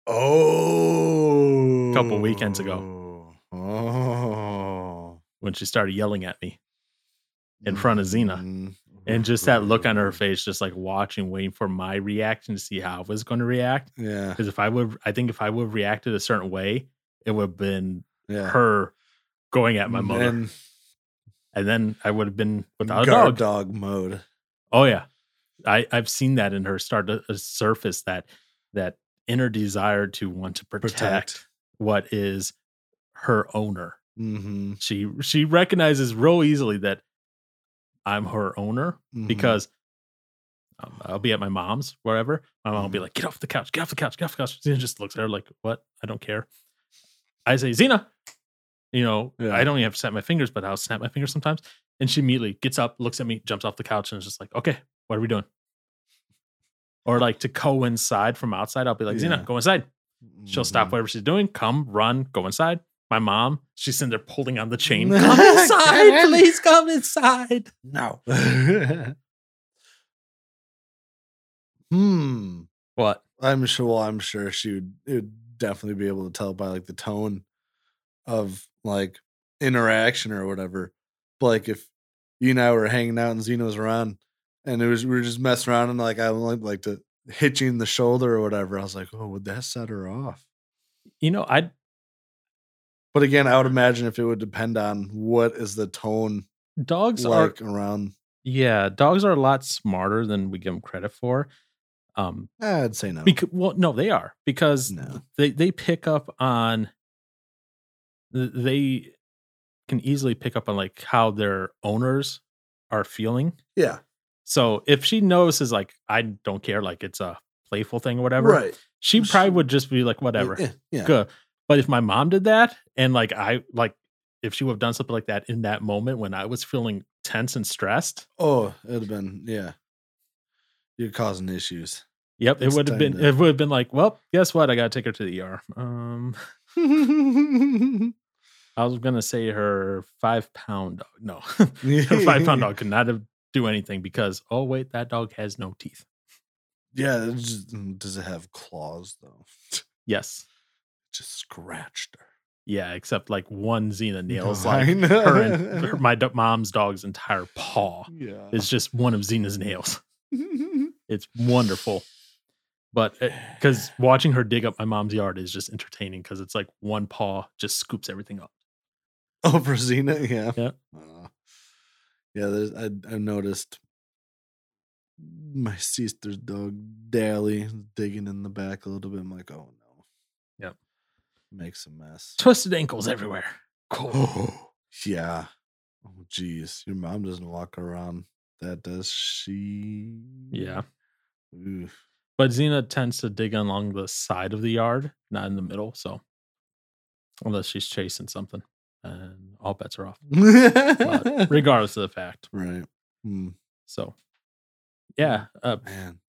Oh, Couple weekends ago. Oh, when she started yelling at me In front of Xena. Mm-hmm. and just that look on her Mm. face just like watching waiting for my reaction to see how i was going to react Yeah, because if i would i think if i would have reacted a certain way it would have been yeah. her going at my mother And and then i would have been without a guard dog dog mode. oh yeah i i've seen that in her start to uh, surface that that inner desire to want to protect, Protect. what is her owner Mm-hmm. she she recognizes real easily that i'm her owner mm-hmm, because um, I'll be at my mom's wherever. My mom will Mm-hmm. be like, "Get off the couch! Get off the couch! Get off the couch!" Xena just looks at her like, "What? I don't care." I say, "Xena," you know, Yeah. I don't even have to snap my fingers, but I'll snap my fingers sometimes. And she immediately gets up, looks at me, jumps off the couch, and is just like, "Okay, what are we doing?" Or like to coincide from outside, I'll be like, Yeah. "Xena, go inside." She'll Mm-hmm. stop whatever she's doing, come, run, go inside. My mom, she's in there pulling on the chain. Come inside, please, come inside. mm-hmm. No. hmm. What? I'm sure. Well, I'm sure she would, it would definitely be able to tell by like the tone of like interaction or whatever. But like if you and I were hanging out and Zeno's around, and it was we were just messing around and like I like like to hit you in the shoulder or whatever, I was like, oh, would that set her off? You know, I But again, I would imagine if it would depend on what is the tone dogs are like um, around. Yeah, dogs are a lot smarter than we give them credit for. Um, I'd say no. Mm. because well, no, they are because No. they they pick up on th- they can easily pick up on like how their owners are feeling. Yeah. So if she notices like I don't care, like it's a playful thing or whatever, Right. she probably She- would just be like whatever. Yeah. yeah. Good. But if my mom did that and like I like if she would have done something like that in that moment when I was feeling tense and stressed, Oh, it'd have been yeah. You're causing issues. yep, it It's would have time been to- it would have been like, well, guess what? I got to take her to the ER. Um Five I was gonna say her five pound dog. No, her five pound dog could not have do anything because oh wait, that dog has no teeth. Yeah, it just- does it have claws though? Yes, Just scratched her. yeah, except like one Xena nails No, I like know. her and her, my do- mom's dog's entire paw yeah. is just one of Xena's nails. It's wonderful, but because watching her dig up my mom's yard is just entertaining because it's like one paw just scoops everything up. Oh, for Xena, yeah. Yeah. Uh, yeah, there's, I, I noticed my sister's dog, Dally, digging in the back a little bit. I'm like, oh no. Yep. Makes a mess. Twisted ankles everywhere. Oh, yeah. Oh, jeez. Your mom doesn't walk around that, does she? Yeah. Oof. But Xena tends to dig along the side of the yard, not in the middle. So, unless she's chasing something, and all bets are off, But right. regardless of the fact. Hmm, So, yeah, uh, man.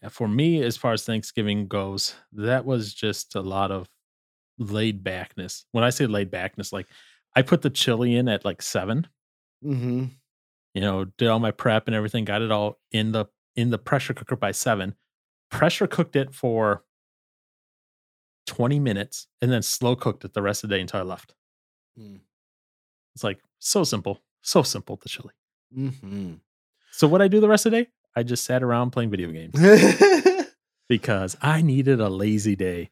yeah, for me, as far as Thanksgiving goes, that was just a lot of laid backness. When I say laid backness, like I put the chili in at like seven, Mm-hmm. you know, did all my prep and everything, got it all in the in the pressure cooker by seven. Pressure cooked it for 20 minutes and then slow cooked it the rest of the day until I left. Mm. It's like so simple, so simple the chili. Mm-hmm. So what I do the rest of the day, I just sat around playing video games because I needed a lazy day.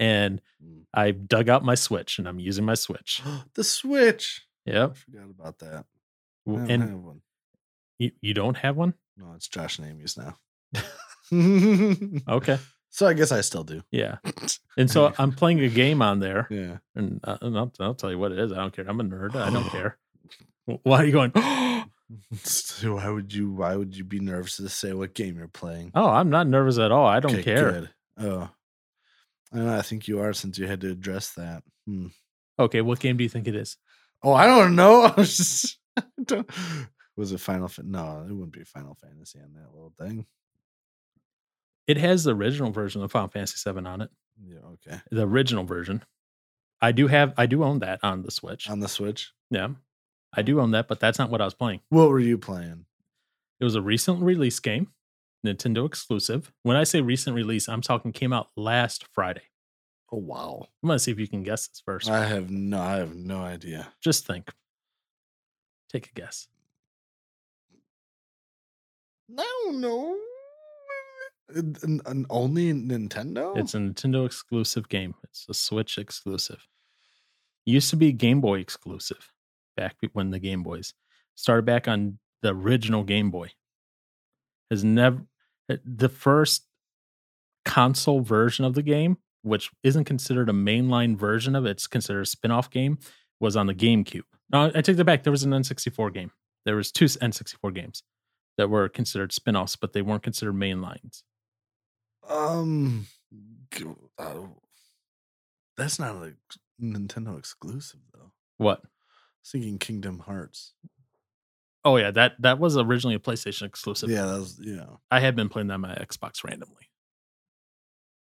And Mm. I dug out my Switch and I'm using my Switch. the Switch. I Yep. forgot about that. I W- don't And have one. you, you don't have one? No, it's Josh and Amy's now. Okay. so I guess I still do. Yeah. And so I'm playing a game on there. yeah. And, uh, and I'll, I'll tell you what it is. I don't care. I'm a nerd. I Oh. don't care. Wh- Why are you going? Oh, So why would you why would you be nervous to say what game you're playing? "Oh, I'm not nervous at all. I don't Okay, care. good. Oh. I know, I think you are since you had to address that. Hmm. Okay, what game do you think it is? Oh, I don't know. I was just I don't- was it Final Fan? No, it wouldn't be Final Fantasy on that little thing. It has the original version of Final Fantasy VII on it. Yeah, okay. The original version. I do have. I do own that on the Switch. On the Switch. yeah, oh. I do own that, but that's not what I was playing. What were you playing? It was a recent release game, Nintendo exclusive. When I say recent release, I'm talking came out last Friday. Oh wow. I'm gonna see if you can guess this first. I have no I have no idea. Just think. Take a guess. I don't know. An, an- an only Nintendo? It's a Nintendo exclusive game. It's a Switch exclusive. Used to be Game Boy exclusive back be- when the Game Boys started back on the original Game Boy. Has never the first console version of the game, which isn't considered a mainline version of it, it's considered a spin-off game, was on the GameCube. No, I take that back. There was an N64 game. There was two N64 games that were considered spin-offs, but they weren't considered mainlines. um g- uh, That's not a ex- Nintendo exclusive though. I was What? thinking Kingdom Hearts. Oh yeah, that that was originally a PlayStation exclusive. yeah, that was yeah. I had been playing that on my Xbox randomly.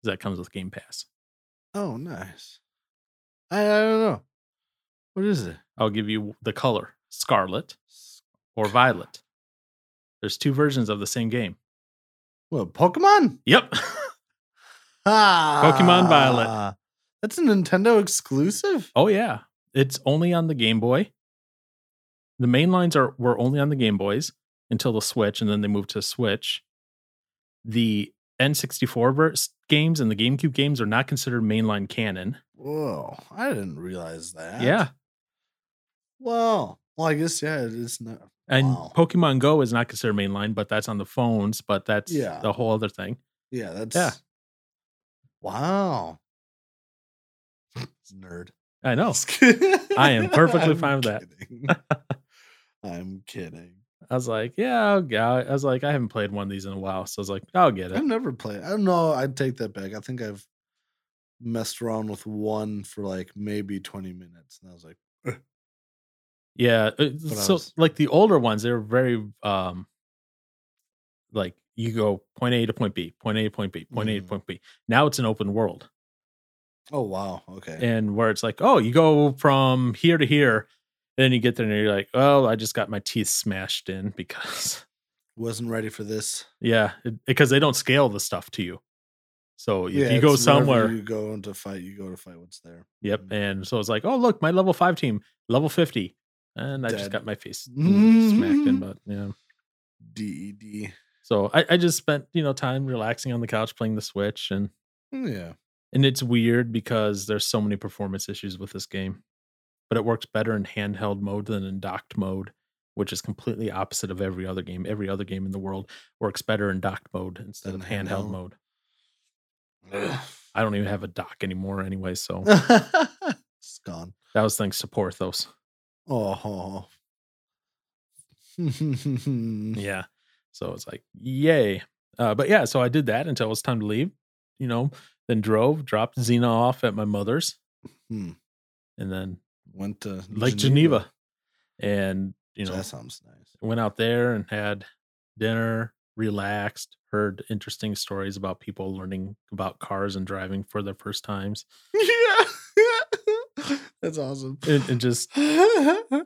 That comes with Game Pass. Oh, nice. I, I don't know. What is it? I'll give you the color Scarlet S- or Violet. There's two versions of the same game. What Pokemon? Yep. Ah, Violet. That's a Nintendo exclusive. oh yeah, it's only on the Game Boy. The main lines are were only on the Game Boys until the Switch, and then they moved to Switch. The N64 ver- games and the GameCube games are not considered mainline canon. Whoa, I didn't realize that. Yeah, Well, well, I guess yeah, it's not. And Wow. Pokemon Go is not considered mainline, but that's on the phones, but that's Yeah. the whole other thing. Yeah, that's. Wow. Nerd. I know. I am perfectly fine with that. that. I'm kidding. I was like, yeah, I'll go. I was like, I haven't played one of these in a while, so I was like, I'll get I've it. never played. I don't know. I take that back. I think I've messed around with one for like maybe 20 minutes, and I was like, Yeah. uh, I So was- like the older ones, they were very um like you go point A to point B, point A to point B, point A to Mhm. point B. Now it's an open world. "Oh wow, okay." and where it's like, oh, you go from here to here, and then you get there and you're like, oh, I just got my teeth smashed in because Wasn't ready for this. yeah, it- because they don't scale the stuff to you. So if Yeah, you go it's wherever somewhere, you go into fight. You go to fight what's there. yep, Mhm. and so it's like, oh, look, my level five team, level fifty, and I just Dead. got my face mm, smacked in, but yeah. DED. So I, I just spent you know time relaxing on the couch playing the Switch, and Mm, Yeah. and it's weird because there's so many performance issues with this game but it works better in handheld mode than in docked mode which is completely opposite of every other game every other game in the world works better in docked mode instead Than of handheld handheld. mode i don't even have a dock anymore anyway so it's gone. that was thanks to porthos Oh. yeah so it's like yay uh, but yeah so i did that until it was time to leave you know then drove dropped xena off at my mother's Hmm. and then Went to like geneva, and you know that sounds nice. went out there and had dinner, relaxed, heard interesting stories about people learning about cars and driving for their first times, Yeah. That's awesome. and, and just I,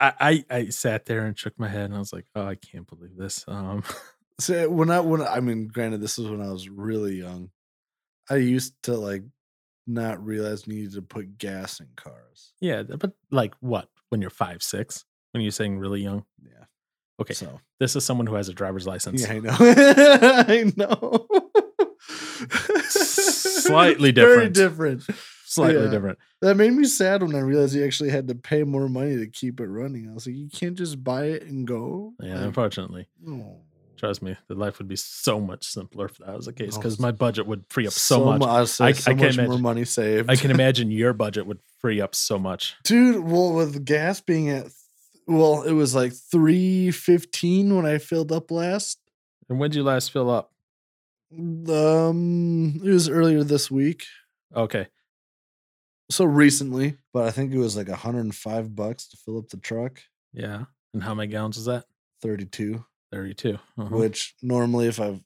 I I sat there and shook my head and I was like, oh, I can't believe this. Um, so eh, when I when I mean, granted, this was when I was really young. I used to like not realize needed to put gas in cars. yeah, but like what when you're five six when you're saying really young. Yeah. Okay, So this is someone who has a driver's license. Yeah, I know. I know. Slightly Very different. different. Slightly Yeah. different. That made me sad when I realized you actually had to pay more money to keep it running. I was like, you can't just buy it and go. Yeah, Like, unfortunately, no. trust me, the life would be so much simpler if that was the case Oh, because my budget would free up so, much. mu- I, was like, I- so I much can't more imagine. money saved. I can imagine your budget would free up so much. Dude, well, with gas being at, th- well, it was like 315 when I filled up last. And when did you last fill up? Um, it was earlier this week. Okay. So recently, but I think it was like 105 bucks to fill up the truck. Yeah. And how many gallons is that? 32 32. Uh-huh. which normally if i've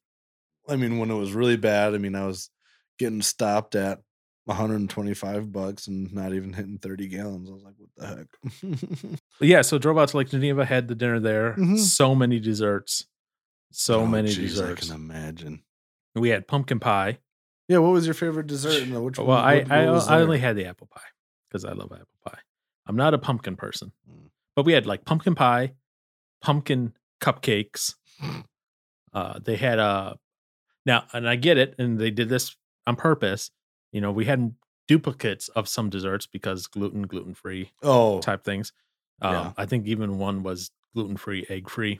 i mean when it was really bad i mean i was getting stopped at 125 bucks and not even hitting 30 gallons i was like what the heck But yeah. So drove out to Lake Geneva, had the dinner there. Mhm. So many desserts. So Oh, many jeez, i desserts. can imagine We had pumpkin pie. yeah what was your favorite dessert and which Well, one- I, what- I, what was I there? only had the apple pie because I love apple pie. I'm not a pumpkin person, Mm. but we had like pumpkin pie, pumpkin cupcakes. uh, they had a, now, and I get it. And they did this on purpose. You know, we had duplicates of some desserts because gluten, gluten free, oh type things. Um, Yeah. I think even one was gluten free, egg free,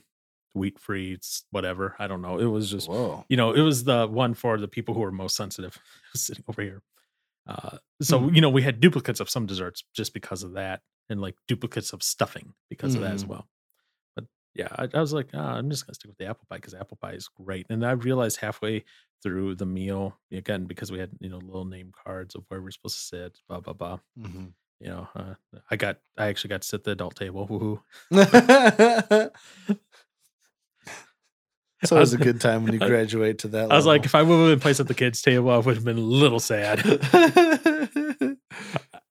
wheat free, whatever. I don't know. It was just, whoa you know, it was the one for the people who are most sensitive sitting over here. Uh, so, you know, we had duplicates of some desserts just because of that and like duplicates of stuffing because of that as well. But yeah, I, I was like, "Ah, I'm just going to stick with the apple pie because apple pie is great. And I realized halfway through the meal, again, because we had, you know, little name cards of where we're supposed to sit, blah, blah, blah Mhm. you know, uh, I got I actually got to sit at the adult table. Woohoo! it's always a good time when you graduate to that I was like, level. if I would have been placed at the kids' table, I would have been a little sad.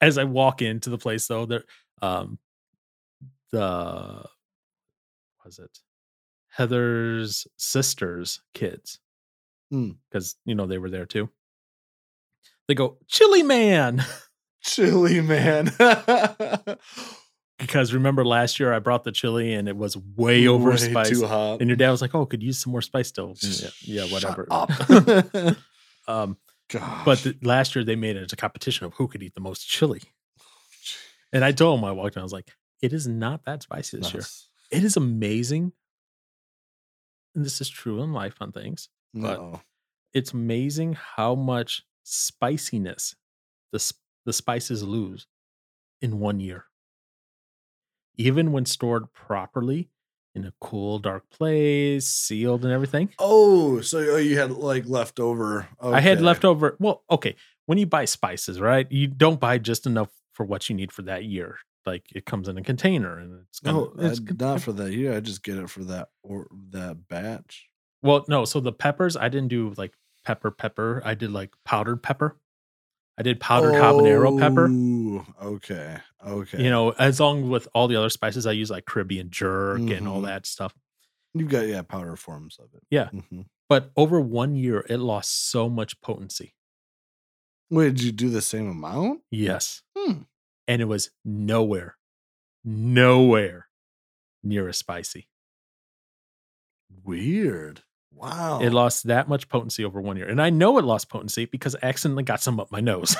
As I walk into the place, though, there, um, the what was it Heather's sister's kids, Hmm. because you know they were there too. They go chili man chili man because remember last year I brought the chili and it was way over spiced. too hot And your dad was like, "Oh, could use some more spice still." Yeah, yeah, whatever. Shut up. um, Gosh. but the, last year they made it as a competition of who could eat the most chili. And I told him I walked in, I was like, "It is not that spicy this year. Nuts. It is amazing." And this is true in life on things. but- Uh-oh. It's amazing how much spiciness the s- the spices lose in one year. Even when stored properly in a cool, dark place, sealed and everything, Oh, so oh, you had like leftover. I had okay. leftover. Well, okay. When you buy spices, right? You don't buy just enough for what you need for that year. Like it comes in a container and it's gonna, uh, No, Oh, it's I- con- not for that year. I just get it for that or that batch. well, no. So the peppers, I didn't do like pepper pepper. I did like powdered pepper. I did powdered habanero pepper. Ooh, Okay, Oh, okay. You know, as long with all the other spices I use, like Caribbean jerk and all Mhm. that stuff. you've got yeah powder forms of it. Yeah. Mhm. But over one year, it lost so much potency. Wait, did you do the same amount? Yes. Hmm. And it was nowhere, nowhere near as spicy. Weird. Wow. It lost that much potency over one year. And I know it lost potency because I accidentally got some up my nose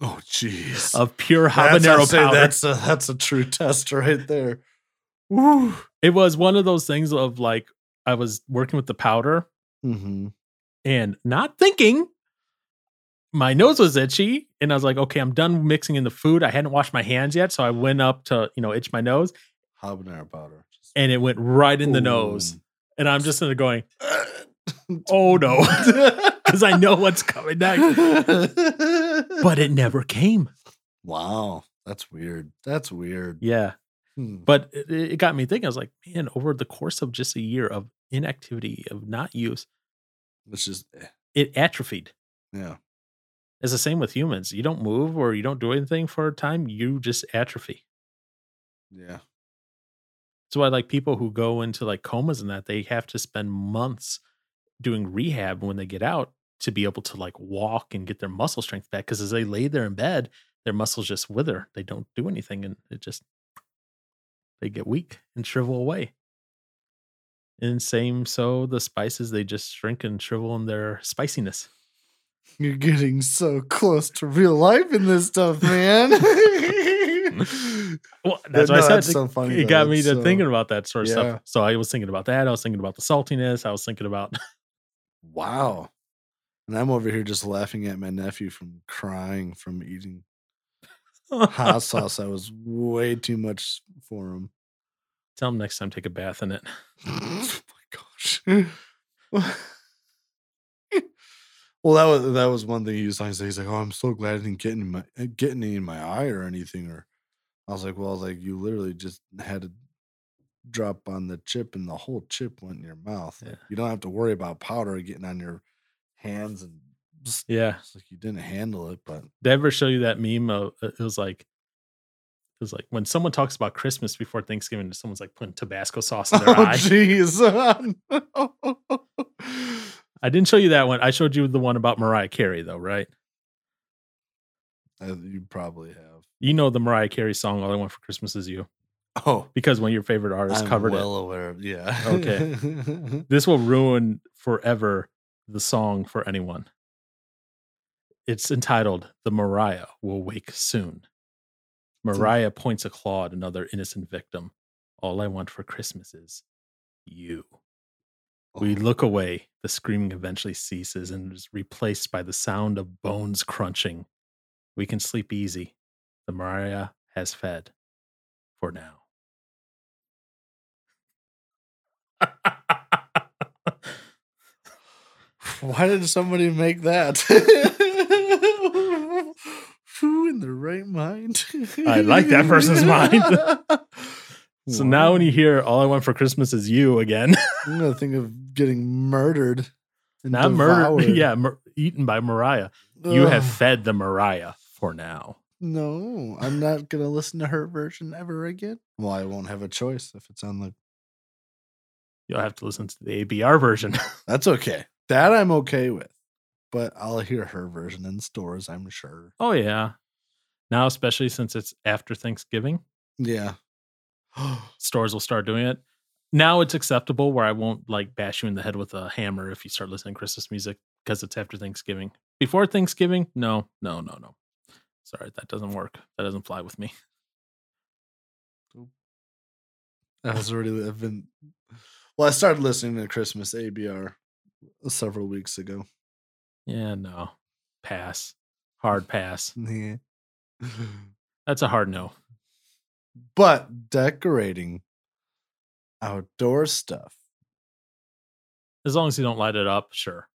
oh, jeez. of pure That's- I'll habanero say powder. That's a that's a true test right there. Woo. It was one of those things of like, I was working with the powder Mm-hmm. and not thinking my nose was itchy. And I was like, okay, I'm done mixing in the food. I hadn't washed my hands yet. So I went up to, you know, itch my nose Habanero powder. Just- and it went right in the nose. Boom. And I'm just in there going, oh no, because I know what's coming next. But it never came. wow, that's weird. That's weird. Yeah. Hmm. but it, it got me thinking. I was like, man, over the course of just a year of inactivity, of not use, It's just eh, it atrophied. yeah. It's the same with humans. You don't move or you don't do anything for a time, you just atrophy. Yeah. That's why, like, people who go into like comas and that, they have to spend months doing rehab when they get out to be able to like walk and get their muscle strength back. Cause as they lay there in bed, their muscles just wither. They don't do anything and it just, they get weak and shrivel away. And same, so the spices, they just shrink and shrivel in their spiciness. You're getting so close to real life in this stuff, man. Well, that's what no, I said. that's so funny, it though. got me That's to so- thinking about that sort of Yeah. stuff. So I was thinking about that. I was thinking about the saltiness. I was thinking about, wow. And I'm over here just laughing at my nephew from crying from eating hot sauce. That was way too much for him. tell them next time, take a bath in it. oh my gosh. well, that was that was one thing he was like, he's like, "Oh, I'm so glad I didn't get in my uh, get any in my eye or anything." Or I was like, "Well, I was like you literally just had to drop on the chip, and the whole chip went in your mouth. Like, Yeah. You don't have to worry about powder getting on your hands and." s- Yeah. It's like you didn't handle it, but Did I ever show you that meme of uh, it was like it was like when someone talks about Christmas before Thanksgiving and someone's like putting Tabasco sauce in their oh eye. jeez, I didn't show you that one. I showed you the one about Mariah Carey though, right? Uh, you probably have. You know the Mariah Carey song All I Want for Christmas is You Oh, because one of your favorite artists covered well aware. Of, yeah. Okay. it. This will ruin forever the song for anyone. It's entitled The Mariah Will Wake Soon. Mariah points a claw at another innocent victim. All I want for Christmas is you. We look away. The screaming eventually ceases and is replaced by the sound of bones crunching. We can sleep easy. The Mariah has fed for now. Why did somebody make that? Who in their right mind? I like that person's mind. so now when you hear All I Want for Christmas is You again, I'm gonna think of getting murdered. and not murdered, devoured. yeah, mur- eaten by Mariah, you have Ugh, fed the Mariah for now. no. I'm not gonna listen to her version ever again. Well, I won't have a choice if it's on the. You'll have to listen to the ABR version. That's okay. That I'm okay with, but I'll hear her version in stores. I'm sure. oh, yeah. Now, especially since it's after Thanksgiving, Yeah. stores will start doing it. Now it's acceptable where I won't like bash you in the head with a hammer if you start listening to Christmas music because it's after Thanksgiving. Before Thanksgiving, no, no, no, no. Sorry, that doesn't work. That doesn't fly with me. I was already I've been well, I started listening to Christmas ABR several weeks ago. Hmm. Yeah, no. Pass. Hard pass. Yeah. That's a hard no. but decorating outdoor stuff. As long as you don't light it up, sure.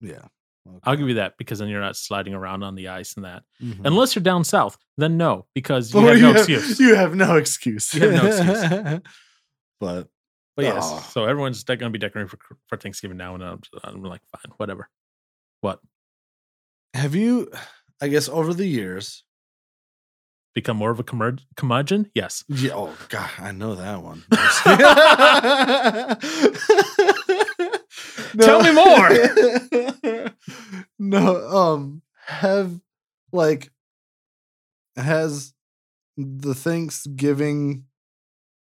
Yeah. Okay. I'll give you that because then you're not sliding around on the ice and that. Mhm. Unless you're down south, then no, because Mm-hmm. you But have no excuse. You have no excuse. You have no but but yes, Aw. so everyone's de- going to be decorating for, for Thanksgiving now, and I'm, I'm like, fine, whatever. What? have you, I guess, over the years? Become more of a curmud- curmudgeon? Yes. Yeah. Oh, God. I know that one. Tell me more. no. Um, have, like, has the Thanksgiving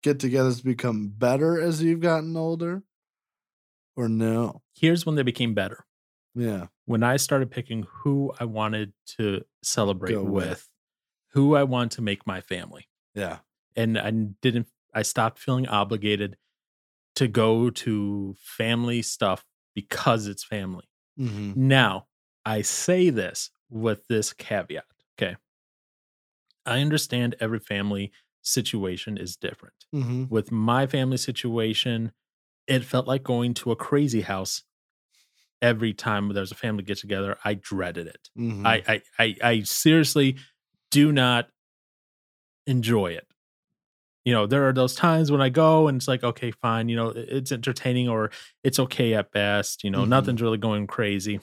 get togethers become better as you've gotten older? Or no? Here's when they became better. Yeah. When I started picking who I wanted to celebrate Go with. with, who I wanted to make my family. Yeah. and I didn't I stopped feeling obligated to go to family stuff because it's family. Mm-hmm. Now, I say this with this caveat, okay? I understand every family situation is different. Mm-hmm. With my family situation, it felt like going to a crazy house every time there's a family get together. I dreaded it. Mm-hmm. I, I I I seriously do not enjoy it. You know, there are those times when I go and it's like, okay, fine, you know, it- it's entertaining or it's okay at best. You know, Mhm. nothing's really going crazy.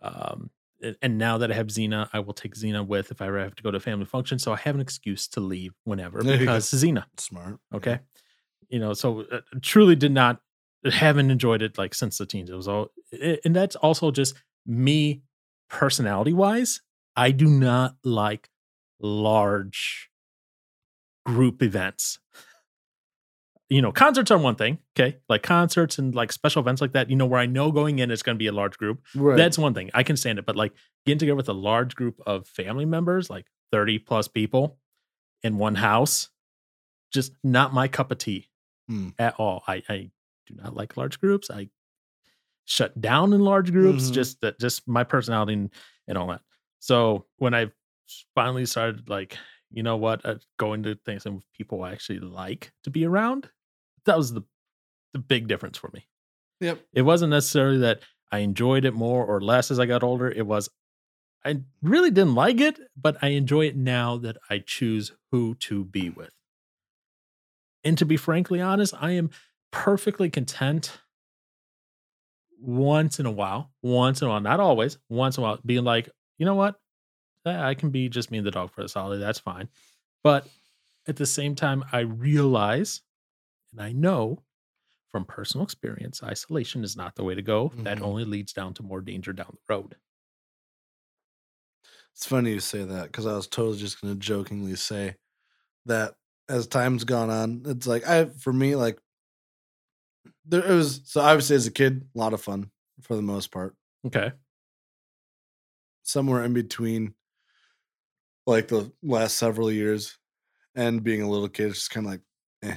Um, a- and now that I have Xena, I will take Xena with if I ever have to go to a family function. So I have an excuse to leave whenever There you go. because Xena. smart. Okay, you know, so uh, truly did not haven't enjoyed it like since the teens. It was all, a- and that's also just me personality wise. I do not like large group events. You know, concerts are one thing, okay? Like concerts and like special events like that, you know, where I know going in it's going to be a large group. Right. That's one thing. I can stand it. But like getting together with a large group of family members, like 30 plus people in one house, just not my cup of tea Hmm. at all. I, I do not like large groups. I shut down in large groups, Mhm. just that just my personality and, and all that. So when I finally started like, you know what, uh, going to things and with people I actually like to be around, that was the the big difference for me Yep. it wasn't necessarily that I enjoyed it more or less as I got older. It was I really didn't like it, but I enjoy it now that I choose who to be with. And to be frankly honest, I am perfectly content once in a while, once in a while, not always, once in a while, being like, you know what? Eh, I can be just me and the dog for this holiday. That's fine. But at the same time, I realize and I know from personal experience, isolation is not the way to go. That Mhm. only leads down to more danger down the road. It's funny you say that because I was totally just going to jokingly say that as time's gone on, it's like I for me like there it was so obviously as a kid, a lot of fun for the most part. Okay. Somewhere in between, like the last several years, and being a little kid, it's just kind of like, eh.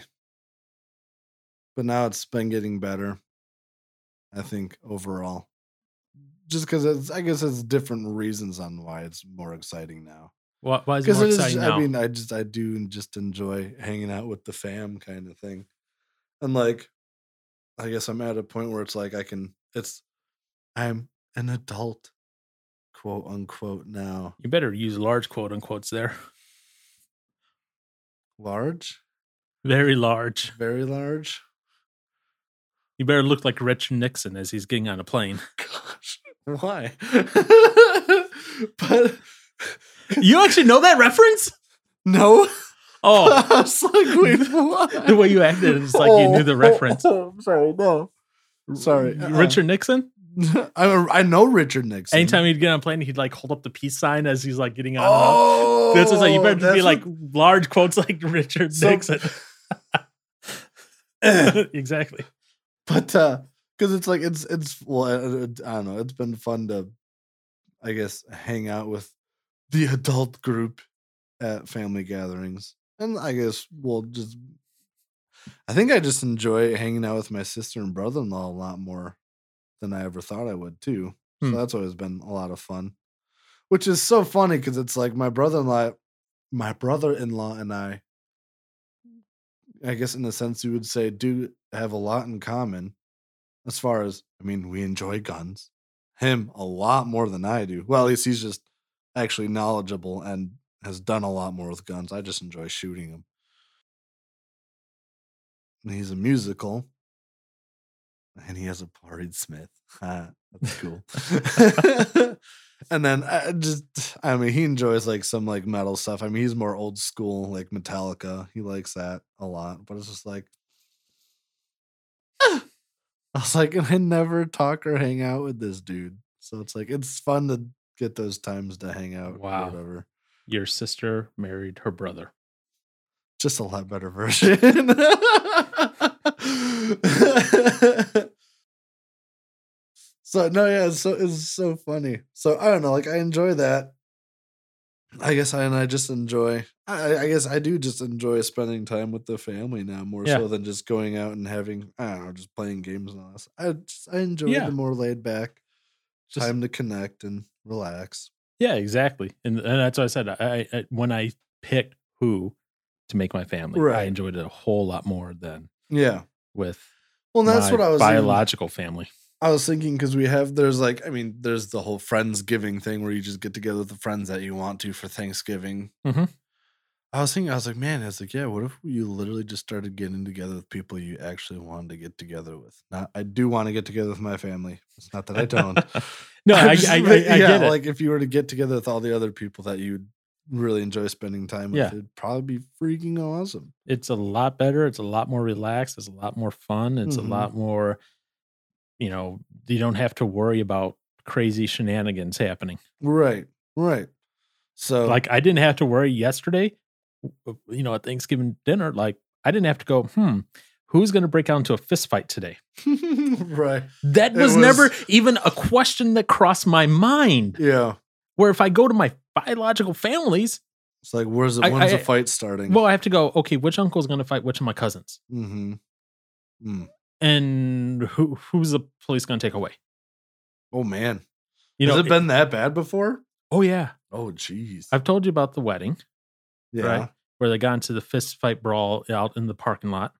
But now it's been getting better. I think overall, just because it's I guess it's different reasons on why it's more exciting now. Why, why is it Because more it is, exciting now? I mean, I just I do and just enjoy hanging out with the fam kind of thing, and like, I guess I'm at a point where it's like I can. It's I'm an adult, quote unquote. Now you better use large quote unquotes there. large, Very large. very large. You better look like Richard Nixon as he's getting on a plane. Gosh, why? but You actually know that reference? no. Oh, I was like, wait, why? the way you acted is like you knew the reference. Oh, I'm sorry, no. Sorry, uh-uh. Richard Nixon? I I know Richard Nixon. Anytime he'd get on a plane, he'd like hold up the peace sign as he's like getting on. and off. Oh, That's what's like. You better that's be what- like large quotes like Richard So- Nixon. exactly. but uh because it's like it's it's well I, I- I don't know it's been fun to i guess hang out with the adult group at family gatherings and i guess we'll just i think i just enjoy hanging out with my sister and brother-in-law a lot more than i ever thought i would too Hmm. so that's always been a lot of fun which is so funny because it's like my brother-in-law, my brother-in-law and I, I guess in a sense you would say, do have a lot in common. As far as I mean, we enjoy guns. Him a lot more than I do. Well, at least he's just actually knowledgeable and has done a lot more with guns. I just enjoy shooting them. And he's a musical, and he has a parried Smith. Ah, That's cool. and then I just, I mean, he enjoys like some like metal stuff. I mean, he's more old school, like Metallica. He likes that a lot, but it's just like, I was like, and I never talk or hang out with this dude. So it's like, it's fun to get those times to hang out. Wow. Or whatever. Your sister married her brother. Just a lot better version. so no, yeah, it's so it's so funny. So I don't know, like I enjoy that. I guess I and I just enjoy. I, I guess I do just enjoy spending time with the family now more Yeah. so than just going out and having I don't know, just playing games and all this. I just, I enjoy Yeah. the more laid back Just- time to connect and relax. Yeah, exactly. And, and that's what I said. I, I when I picked who to make my family, I Right. enjoyed it a whole lot more than Yeah. with Well, and that's my what I was even- biological family. I was thinking because we have there's like I mean there's the whole friendsgiving thing where you just get together with the friends that you want to for Thanksgiving. Mhm. I was thinking I was like man I was like yeah what if you literally just started getting together with people you actually wanted to get together with. Now I do want to get together with my family. It's not that I don't. no, I'm I, just- I, I, I but yeah, get it. like if you were to get together with all the other people that you'd really enjoy spending time with, Yeah. it'd probably be freaking awesome. it's a lot better. It's a lot more relaxed. It's a lot more fun. It's Mhm. a lot more, you know, you don't have to worry about crazy shenanigans happening. Right. Right. So Like I didn't have to worry yesterday, w- you know, at Thanksgiving dinner. Like I didn't have to go, hmm, who's going to break out into a fist fight today? right. That It was, was- never even a question that crossed my mind. Yeah. Where if I go to my biological families, It's like, where's the I- when's the I- fight starting? well, I have to go, okay, which uncle's going to fight which of my cousins? mm-hmm. mm. And who who's the police going to take away? oh man, You know, has it been that bad before? oh yeah. Oh jeez, I've told you about the wedding yeah, right. where they got into the fist fight brawl out in the parking lot.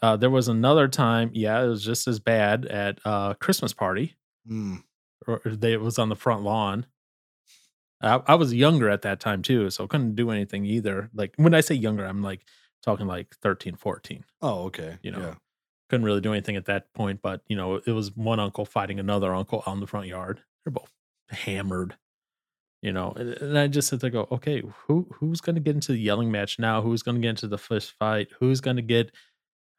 Uh, there was another time, yeah, it was just as bad at a Christmas party, Mm. or or they, it was on the front lawn. I, I was younger at that time too, so couldn't do anything either. Like when I say younger, I'm like talking like 13, 14. Oh okay, You know, yeah. Couldn't really do anything at that point, but you know, it was one uncle fighting another uncle on the front yard. They're both hammered, you know. And, and I just sit there, and go, okay, who who's going to get into the yelling match now? Who's going to get into the fist fight? Who's going to get?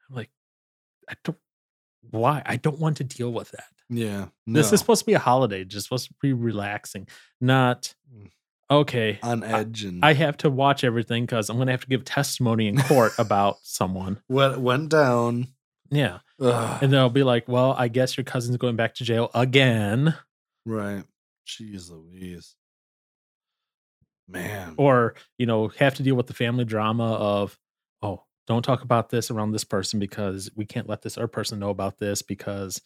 I'm like, I don't. Why? I don't want to deal with that. yeah. This no, is supposed to be a holiday, just supposed to be relaxing, not Mm. okay. on edge and I have to watch everything because I'm going to have to give testimony in court about someone. what went down. Yeah. Ugh, And they'll be like, well, I guess your cousin's going back to jail again. right, jeez Louise, man. Or, you know, have to deal with the family drama of, oh, don't talk about this around this person because we can't let this other person know about this because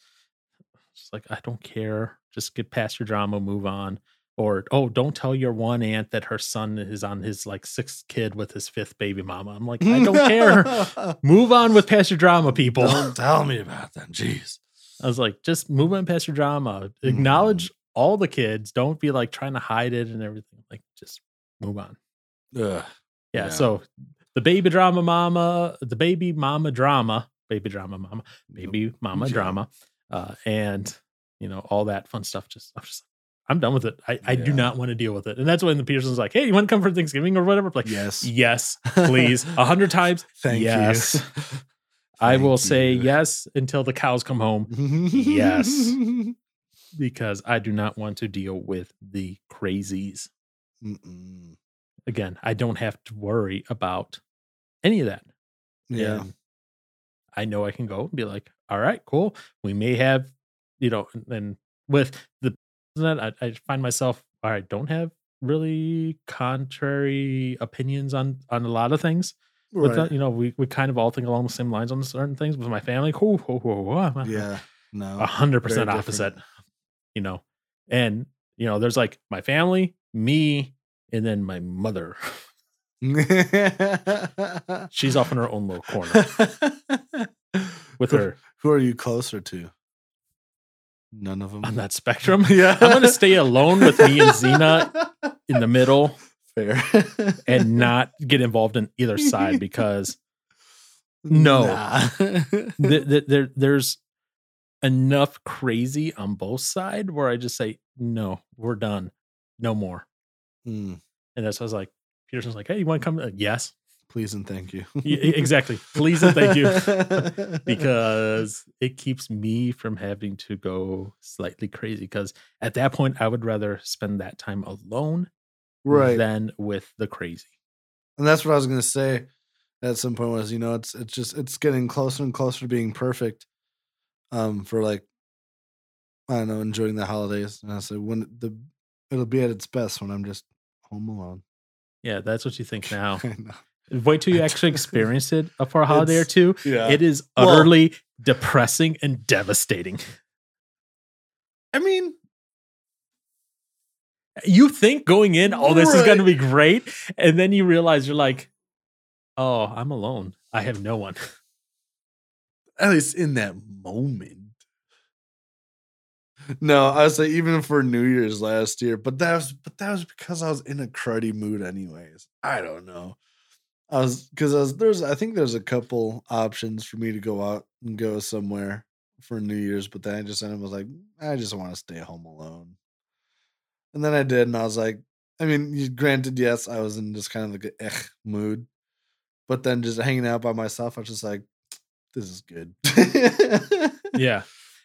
it's like, I don't care. Just get past your drama, move on. Or, oh, don't tell your one aunt that her son is on his like sixth kid with his fifth baby mama. I'm like, I don't care. Move on with past your drama, people. Don't tell me about them. Jeez. I was like, just move on past your drama. Mm. Acknowledge all the kids. Don't be like trying to hide it and everything. Like, just move on. Yeah. Ugh. Yeah. So the baby drama mama, the baby mama drama, baby drama mama, baby mama Yeah. drama, uh, and you know all that fun stuff. Just I'm just I'm done with it. I, I do Yeah. not want to deal with it. And that's when the Peterson's like, hey, you want to come for Thanksgiving or whatever? I'm like, Yes. yes, please, a hundred times. Thank Yes. you. I Thank will say you. yes until the cows come home. Yes. because I do not want to deal with the crazies. Mm-mm. Again, I don't have to worry about any of that. Yeah. And I know I can go and be like, all right, cool. We may have, you know, and, and with the that I, I find myself, all right, don't have really contrary opinions on on a lot of things. With that, you know, we, we kind of all think along the same lines on certain things with my family. Cool, cool, cool, cool. yeah. No. a hundred percent very opposite. different. You know, and You know, there's like my family, me, and then my mother. She's off in her own little corner with Who- her Who are you closer to? None of them. on that spectrum. Yeah, I'm gonna stay alone with me and Xena in the middle Fair. and not get involved in either side because No. Nah. th- th- there there's enough crazy on both side where I just say no, we're done, no more. Hmm, And that's why I was like, Peterson's like, hey, you want to come? Uh, yes, please and thank you. Y- e-, exactly. Please and thank you. you. because it keeps me from having to go slightly crazy. Because at that point, I would rather spend that time alone right, than with the crazy. and that's what I was gonna say. At some point was you know it's it's just it's getting closer and closer to being perfect. Um, for like I don't know, enjoying the holidays, and I said when the it'll be at its best when I'm just home alone. Yeah, that's what you think now. I know. Wait till you actually experience it for a holiday or It's- two. Yeah. It is Well- utterly depressing and devastating. I mean, You think going in, oh, this is Right. going to be great. And then you realize you're like, oh, I'm alone. I have no one. at least in that moment. No, I was like even for New Year's last year, but that was but that was because I was in a cruddy mood anyways. I don't know. I was because I was there's I think there's a couple options for me to go out and go somewhere for New Year's, but then I just ended up was like, I just want to stay home alone. And then I did, and I was like, I mean, you- granted, yes, I was in just kind of like a eh mood, but then just hanging out by myself, I was just like, this is good. Yeah.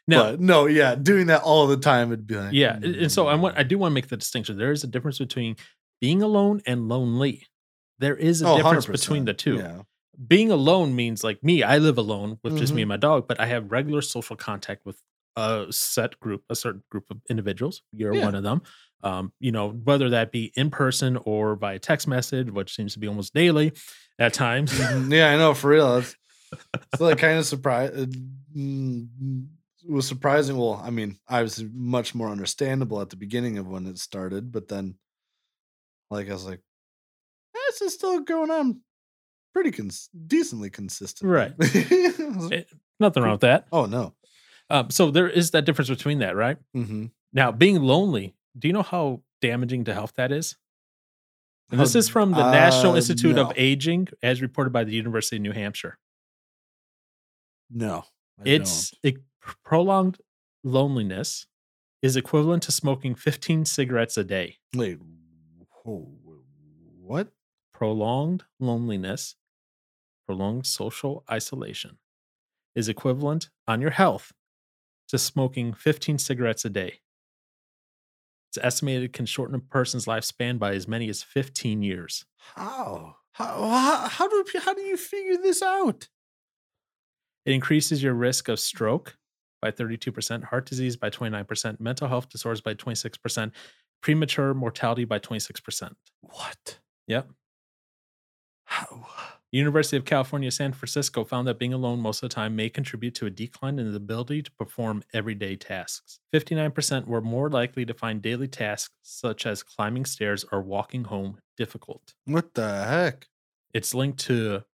Now, But no, yeah, doing that all the time would be like, Yeah, and- and so I want I "Mm." do want to make the distinction. There is a difference between being alone and lonely. There is a Oh, difference 100%, between the two. Yeah, Being alone means like me, I live alone with just me Mhm. and my dog, but I have regular social contact with a set group, a certain group of individuals. You're Yeah. one of them. Um, you know, whether that be in person or via text message, which seems to be almost daily at times. Mhm. yeah, I know for real. It's, it's like kind of surprise. It mm, was surprising. Well, I mean, I was much more understandable at the beginning of when it started, but then, like, I was like, "Eh, this is still going on, pretty cons- decently consistent, Right. Right? Nothing wrong with that. oh no. Um, so there is that difference between that, right? Mm-hmm. Now, being lonely, do you know how damaging to health that is? And this How- is from the uh, National Institute no. of Aging, as reported by the University of New Hampshire. No, I it's it, prolonged loneliness is equivalent to smoking 15 cigarettes a day. don't. wait. Whoa, what? Prolonged loneliness, prolonged social isolation is equivalent on your health to smoking 15 cigarettes a day. It's estimated it can shorten a person's lifespan by as many as 15 years. How? How, how, how do pe- how do you figure this out? It increases your risk of stroke by 32%, heart disease by 29%, mental health disorders by 26%, premature mortality by 26%. What? Yep. How? University of California, San Francisco found that being alone most of the time may contribute to a decline in the ability to perform everyday tasks. 59% were more likely to find daily tasks such as climbing stairs or walking home difficult. What the heck? It's linked to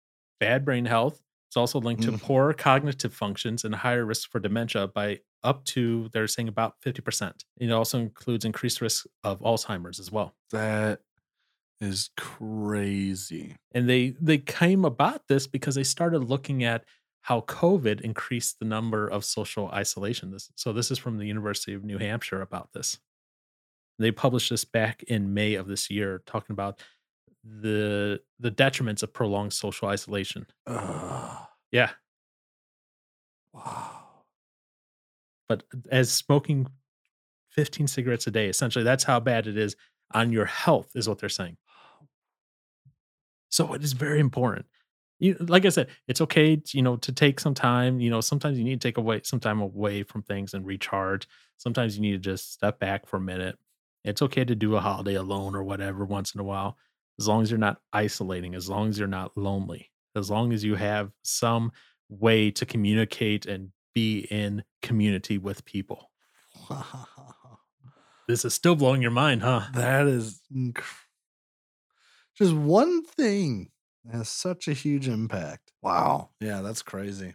bad brain health. It's also linked to Mm. poor cognitive functions and higher risk for dementia by up to, they're saying about 50%. It also includes increased risk of Alzheimer's as well. That is crazy. And they they came about this because they started looking at how COVID increased the number of social isolation. This, so this is from the University of New Hampshire about this. They published this back in May of this year, talking about the the detriments of prolonged social isolation. Ugh. Yeah. wow. but as smoking 15 cigarettes a day essentially that's how bad it is on your health is what they're saying so it is very important you, like i said it's okay you know to take some time you know sometimes you need to take away some time away from things and recharge sometimes you need to just step back for a minute it's okay to do a holiday alone or whatever once in a while as long as you're not isolating as long as you're not lonely as long as you have some way to communicate and be in community with people. Wow. This is still blowing your mind, huh? That is inc- just one thing has such a huge impact. Wow. Yeah, that's crazy.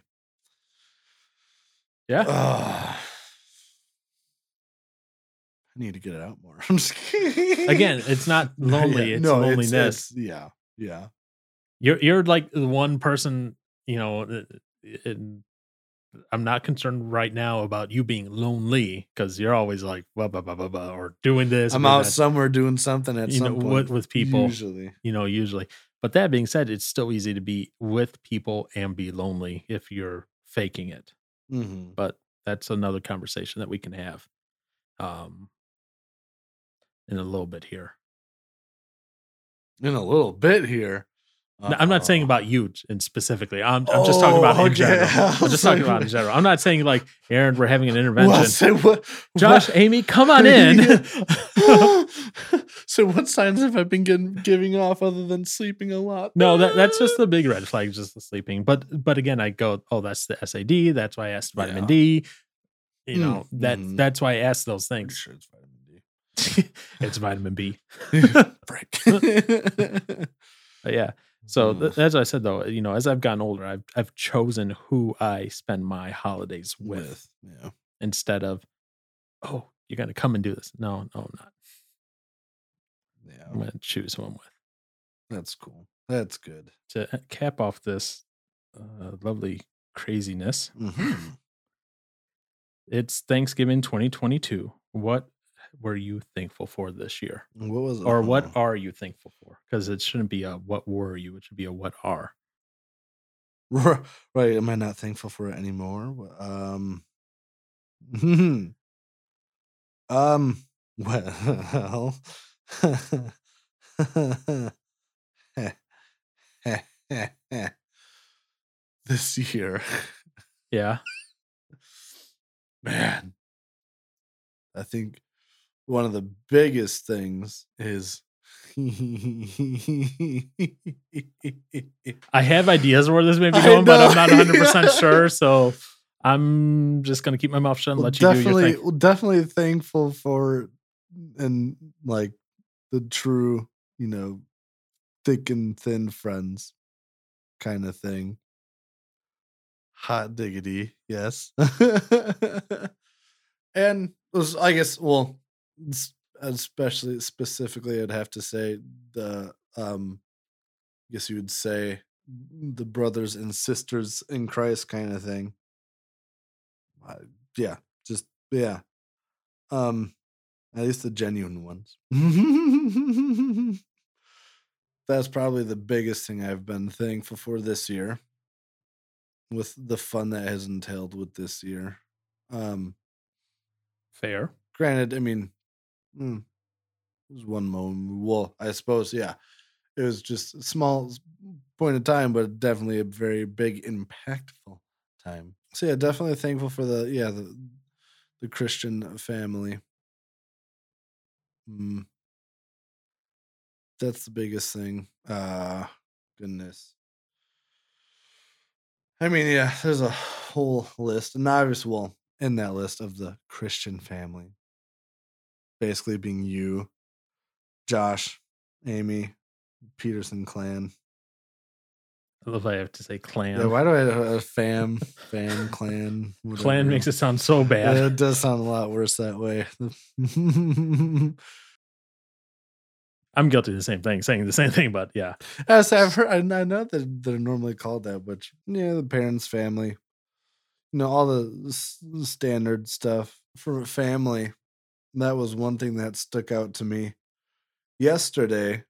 Yeah. Ugh. I need to get it out more. I'm just kidding. Again, it's not Not yet. lonely. It's No, loneliness. it's- yeah. Yeah. you're you're like the one person. You know, uh, in- I'm not concerned right now about you being lonely because you're always like blah blah blah blah blah or doing this. I'm or out that, somewhere doing something at you some know, point. with, with people. Usually. You know, usually. But that being said, it's still easy to be with people and be lonely if you're faking it. Mhm. But that's another conversation that we can have, um, in a little bit here. In a little bit here. No, I'm not saying Uh-oh. about you t- and specifically. I'm, I'm just talking about Oh, in general. okay. I I'm was just talking like, about in general. I'm not saying like Aaron, we're having an intervention. Well, so what, Josh, what- Amy, come on in. so what signs have I been getting, giving off other than sleeping a lot? no, that, that's just the big red flag, just the sleeping. But but again, I go, oh, that's the SAD. That's why I asked vitamin Yeah. D. You Mm, know that mhm. that's why I asked those I'm things. sure it's vitamin D. it's vitamin B. Frick. But yeah. So Mm. th- as I said though, you know, as I've gotten older, I've I've chosen who I spend my holidays with. yeah. instead of, oh, you're gonna come and do this. No, no, I'm not. I'm Yeah. gonna choose who I'm with. That's cool. That's good. To e- cap off this uh, lovely craziness, Mhm. it's Thanksgiving 2022. What were you thankful for this year, What was it? or what Oh, are you thankful for? Because it shouldn't be a what were you. It should be a what are. r- right? Am I not thankful for it anymore? Wha- Um. um. Well. this year, Yeah, man. I think one of the biggest things is. I have ideas where this may be I going, but I'm know. not 100 percent sure. So I'm just gonna keep my mouth shut and Well, let you do your definitely thing. well, definitely thankful for and like the true you know thick and thin friends kind of thing hot diggity yes and was, i guess well s- especially specifically i'd have to say the um i guess you would say the brothers and sisters in christ kind of thing I, yeah just yeah um at least the genuine ones that's probably the biggest thing i've been thankful for this year with the fun that has entailed with this year um Fair. granted i mean mm, it was one moment well i suppose yeah it was just a small s- point of time but definitely a very big impactful time so yeah definitely thankful for the yeah the, the christian family mm. that's the biggest thing uh goodness i mean yeah there's a whole list and obviously well in that list of the Christian family. Basically, being you, Josh, Amy, Peterson clan. I love I have to say clan. Yeah, why do I have a fam, fam, clan? clan makes it sound so bad. It does sound a lot worse that way. I'm guilty of the same thing, saying the same thing, but yeah. As Uh, I've heard, I I know that they're normally called that, which yeah, the parents' family, you know, all the s- standard stuff from a family. That was one thing that stuck out to me yesterday,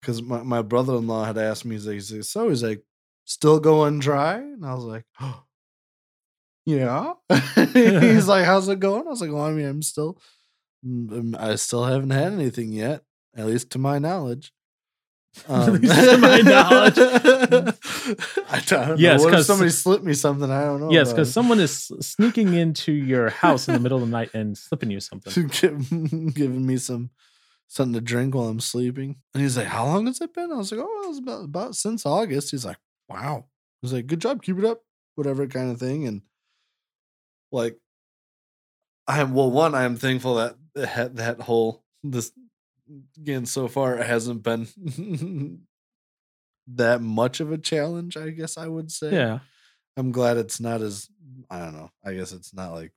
because my my brother in law had asked me, he's like, he's like, so he's like, still going dry, and I was like, yeah. he's like, how's it going? I was like, well, I mean, I'm still, mm, I still haven't had anything yet, at least to my knowledge. Um, At least to my knowledge. I don't Yes, yes, know. What if 'cause- somebody slipped me something? I don't know. yes, about. because someone is s- sneaking into your house in the middle of the night and slipping you something. Give- giving me some something to drink while I'm sleeping. And he's like, How long has it been? I was like, Oh, it was about, about since August. He's like, Wow. He's like, Good job, keep it up, whatever kind of thing. And like I am well, one, I am thankful that that, that whole this again so far it hasn't been that much of a challenge i guess i would say Yeah. i'm glad it's not as i don't know i guess it's not like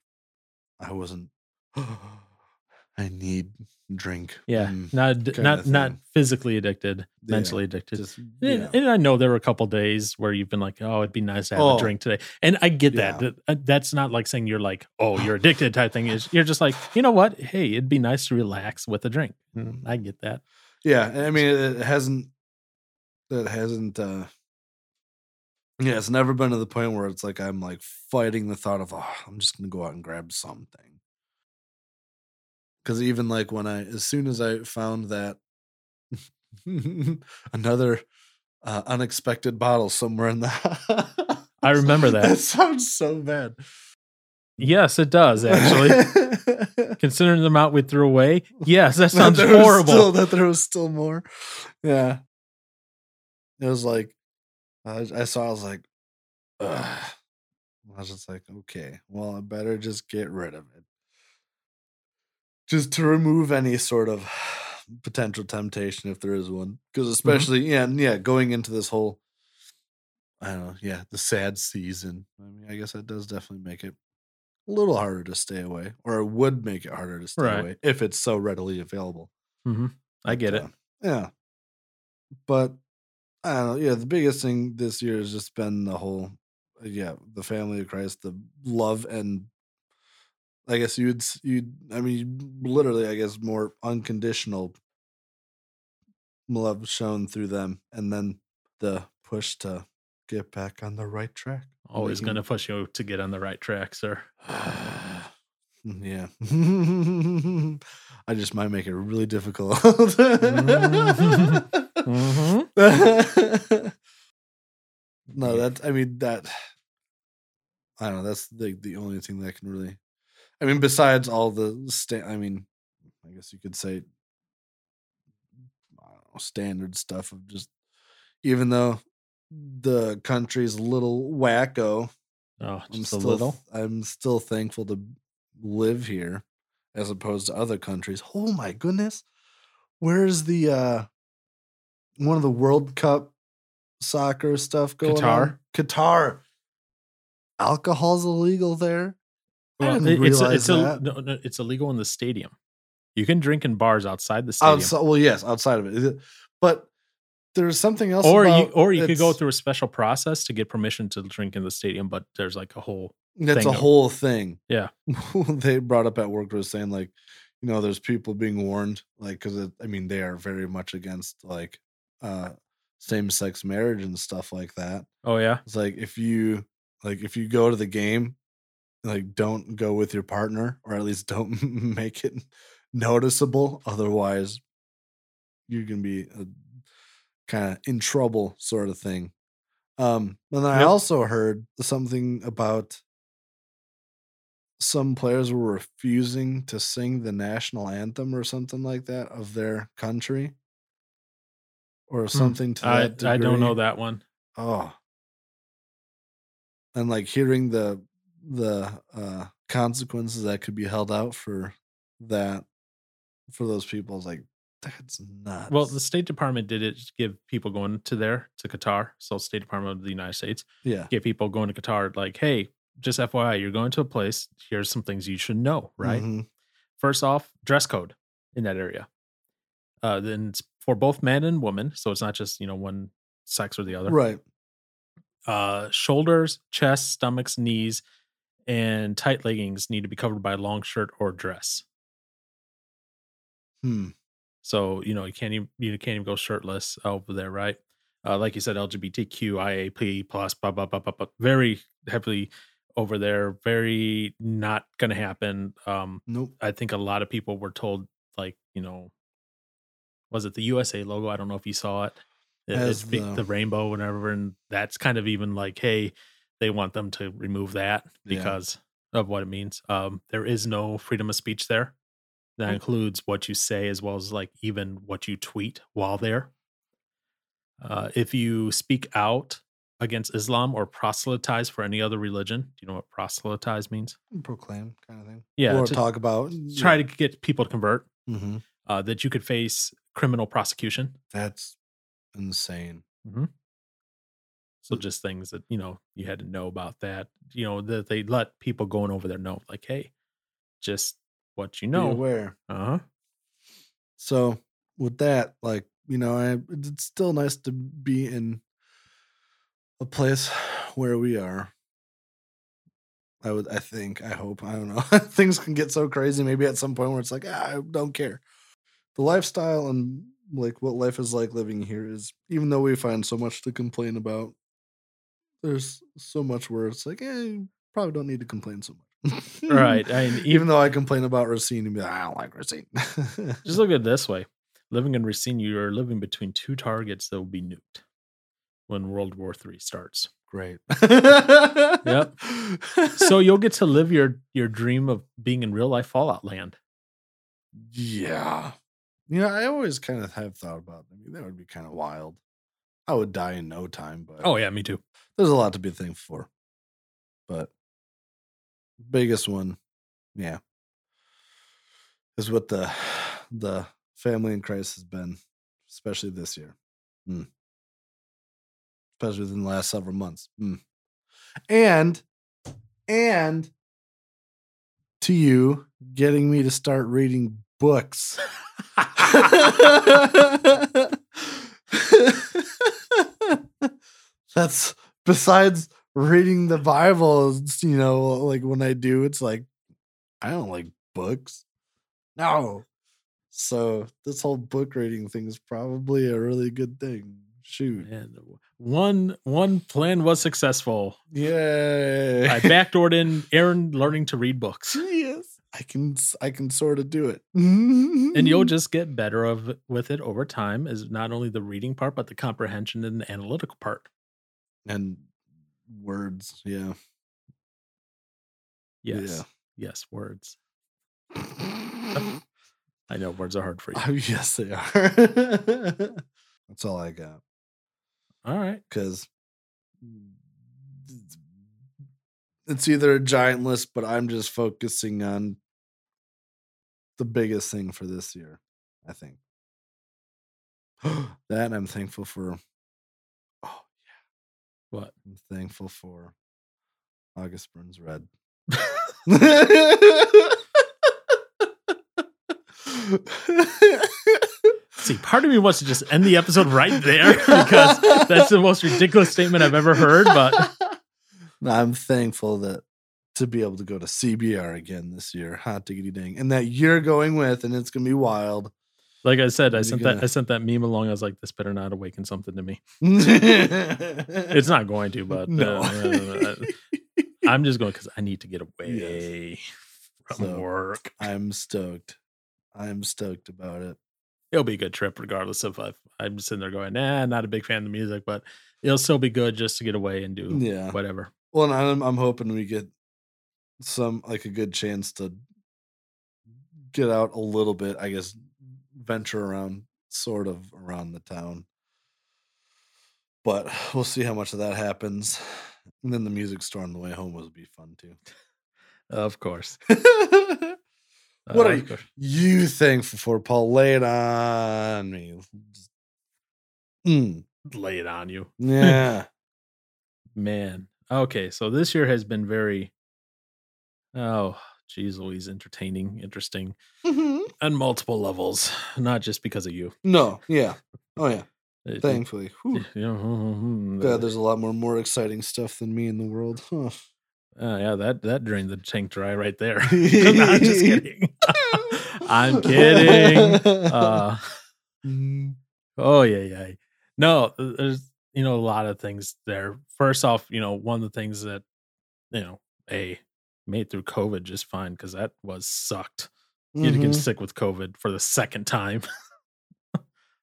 i wasn't i need drink Yeah. Mm, Not kinda not not thing. physically addicted, Yeah, mentally addicted. just you And, know. and I know there were a couple days where you've been like, "Oh, it'd be nice to have Oh. a drink today," and I get that. Yeah. That- That's not like saying you're like, "Oh, you're addicted" type thing. Is you're just like, you know what? Hey, it'd be nice to relax with a drink. And I get that. Yeah, and I mean it it hasn't it hasn't uh yeah, it's never been to the point where it's like I'm like fighting the thought of oh, I'm just gonna go out and grab something. Cause even like when I as soon as I found that another uh, unexpected bottle somewhere in the house. I remember that. That sounds so bad. Yes, it does actually. Considering the amount we threw away, yes, that sounds there was horrible. Still, that there was still more. Yeah. It was like, I, I saw, I was like, Ugh. I was just like, okay, well, I better just get rid of it. Just to remove any sort of potential temptation if there is one. Mm-hmm. Because, especially, yeah, and yeah, going into this whole, I don't know, yeah, the sad season. I mean, I guess that does definitely make it a little harder to stay away, or it would make it harder to stay Right. away if it's so readily available. I get it. So, yeah. But I don't know. Yeah, the biggest thing this year has just been the whole, uh, yeah, the family of Christ, the love and, I guess you'd s- you'd I mean literally I guess more unconditional love shown through them, and then the push to get back on the right track. Always going Making- to push you to get on the right track, sir. yeah. I just might make it really difficult. no, Mm-hmm. that I mean that I don't know, that's like the only thing that can really I mean besides all the sta- I mean, I guess you could say I don't know, standard stuff of just even though the country's a little wacko, Oh, I'm just a still little. I'm still thankful to live here as opposed to other countries. Oh my goodness. Where's the uh one of the World Cup soccer stuff going Qatar? on? Qatar. Alcohol's illegal there. Oh, I Well, didn't it- it's realize it's that. no, no, it's illegal in the stadium. You can drink in bars outside the stadium, Outside, well, yes, outside of it. Is it- But there's something else. or you about- or you could go it's- through a special process to get permission to drink in the stadium. But there's like a whole That's thing a of- whole thing. Yeah. they brought up at work was saying like, you know, there's people being warned like because I mean they are very much against like uh same sex marriage and stuff like that. oh yeah, It's like if you like if you go to the game, like don't go with your partner or at least don't make it noticeable. Otherwise, you can be kind of in trouble, sort of thing. Um, and then I Yep. also heard something about some players were refusing to sing the national anthem or something like that of their country or something to Hmm. I that I don't degree. know that one. Oh. And like hearing the the uh consequences that could be held out for that for those people is like that's nuts. Well, the State Department did it to give people going to there to Qatar. So State Department of the United States yeah. get people going to Qatar like, hey, just FYI, you're going to a place. Here's some things you should know, right? Mhm. First off, dress code in that area. Uh, then it's for both men and women, so it's not just you know one sex or the other. Right. Uh, shoulders, chest, stomachs, knees, and tight leggings need to be covered by a long shirt or dress. Hmm. So you know you can't even you can't even go shirtless over there, right? Uh, like you said, LGBTQIAP plus blah blah blah blah blah. Very heavily over there. Very not going to happen. Um, Nope. I think a lot of people were told like you know, was it the USA logo? I don't know if you saw it. It- As it's be- the- the rainbow, whatever, and that's kind of even like, hey, they want them to remove that Yeah. because of what it means. Um, there is no freedom of speech there. Mm. That includes what you say as well as like even what you tweet while there. Uh, if you speak out against Islam or proselytize for any other religion. Do you know what proselytize means? proclaim kind of thing. Yeah, or to talk about try to get people to convert. hmm Uh, that you could face criminal prosecution. That's insane. So just things that you know you had to know about that. You know that they let people going over their note like, hey, just what you Be know. aware. Uh huh. So with that, like you know, I, it's still nice to be in a place where we are. I would, I think, I hope, I don't know. Things can get so crazy. Maybe at some point where it's like, ah, I don't care. The lifestyle and like what life is like living here is, even though we find so much to complain about, there's so much where it's like, eh, you probably don't need to complain so much. Right. I mean, e even though I complain about Racine and be like, I don't like Racine. Just look at it this way: living in Racine, you are living between two targets that will be nuked when World War Three starts. great. Yep. So you'll get to live your your dream of being in real life Fallout land. yeah, you know, I always kind of have thought about. I mean, that would be kind of wild. I would die in no time, but Oh yeah, me too. there's a lot to be thankful for. But biggest one, yeah, is what the the family in Christ has been, especially this year, Mm. especially within the last several months, Mm. and and to you getting me to start reading books. That's besides reading the Bible, it's, you know, like when I do, it's like I don't like books. No. So this whole book reading thing is probably a really good thing. Shoot. And one one plan was successful. Yay. I backdoored in Aaron learning to read books. yes. I can s- I can sort of do it. And Mm-hmm. you'll just get better of with it over time is not only the reading part, but the comprehension and the analytical part. and words, yeah. Yes. Yes, words. Yeah. I know words are hard for you. Oh, yes, they are. That's all I got. All right. Because it's either a giant list, but I'm just focusing on the biggest thing for this year, I think. that I'm thankful for. Oh, What? I'm thankful for August Burns Red. See, part of me wants to just end the episode right there because that's the most ridiculous statement I've ever heard, but No, I'm thankful that to be able to go to CBR again this year. Hot diggity dang. And that you're going with, and it's gonna be wild. like I said, I You sent that gotta- I sent that meme along. I was like, this better not awaken something to me. it's It's not going to, but uh, no. uh, I'm just going because I need to get away from So- work. I'm stoked. I'm stoked about it. It'll be a good trip, regardless of if I'm sitting there going, nah, not a big fan of the music, but it'll still be good just to get away and do Yeah. whatever. Well, and I'm I'm hoping we get some like a good chance to get out a little bit. I guess venture around, sort of around the town. But we'll see how much of that happens. And then the music store on the way home will be fun too. Of course. What are of you- course. you thankful for Paul? Lay it on me. Just- Mm, Lay it on you. yeah. Man. Okay. So this year has been very, oh, geez Louise, entertaining, interesting Mhm. on multiple levels, not just because of you. No. Yeah. Oh yeah. It- Thankfully. Whew. Yeah, Yeah, there's a lot more more exciting stuff than me in the world. Huh. Oh yeah, that that drained the tank dry right there. No, I'm just kidding. I'm kidding. Uh, Mm, oh yeah, yeah. No, th- there's you know a lot of things there. First off, you know one of the things that you know a made through COVID just fine because that was sucked. You get mhm. sick with COVID for the second time. I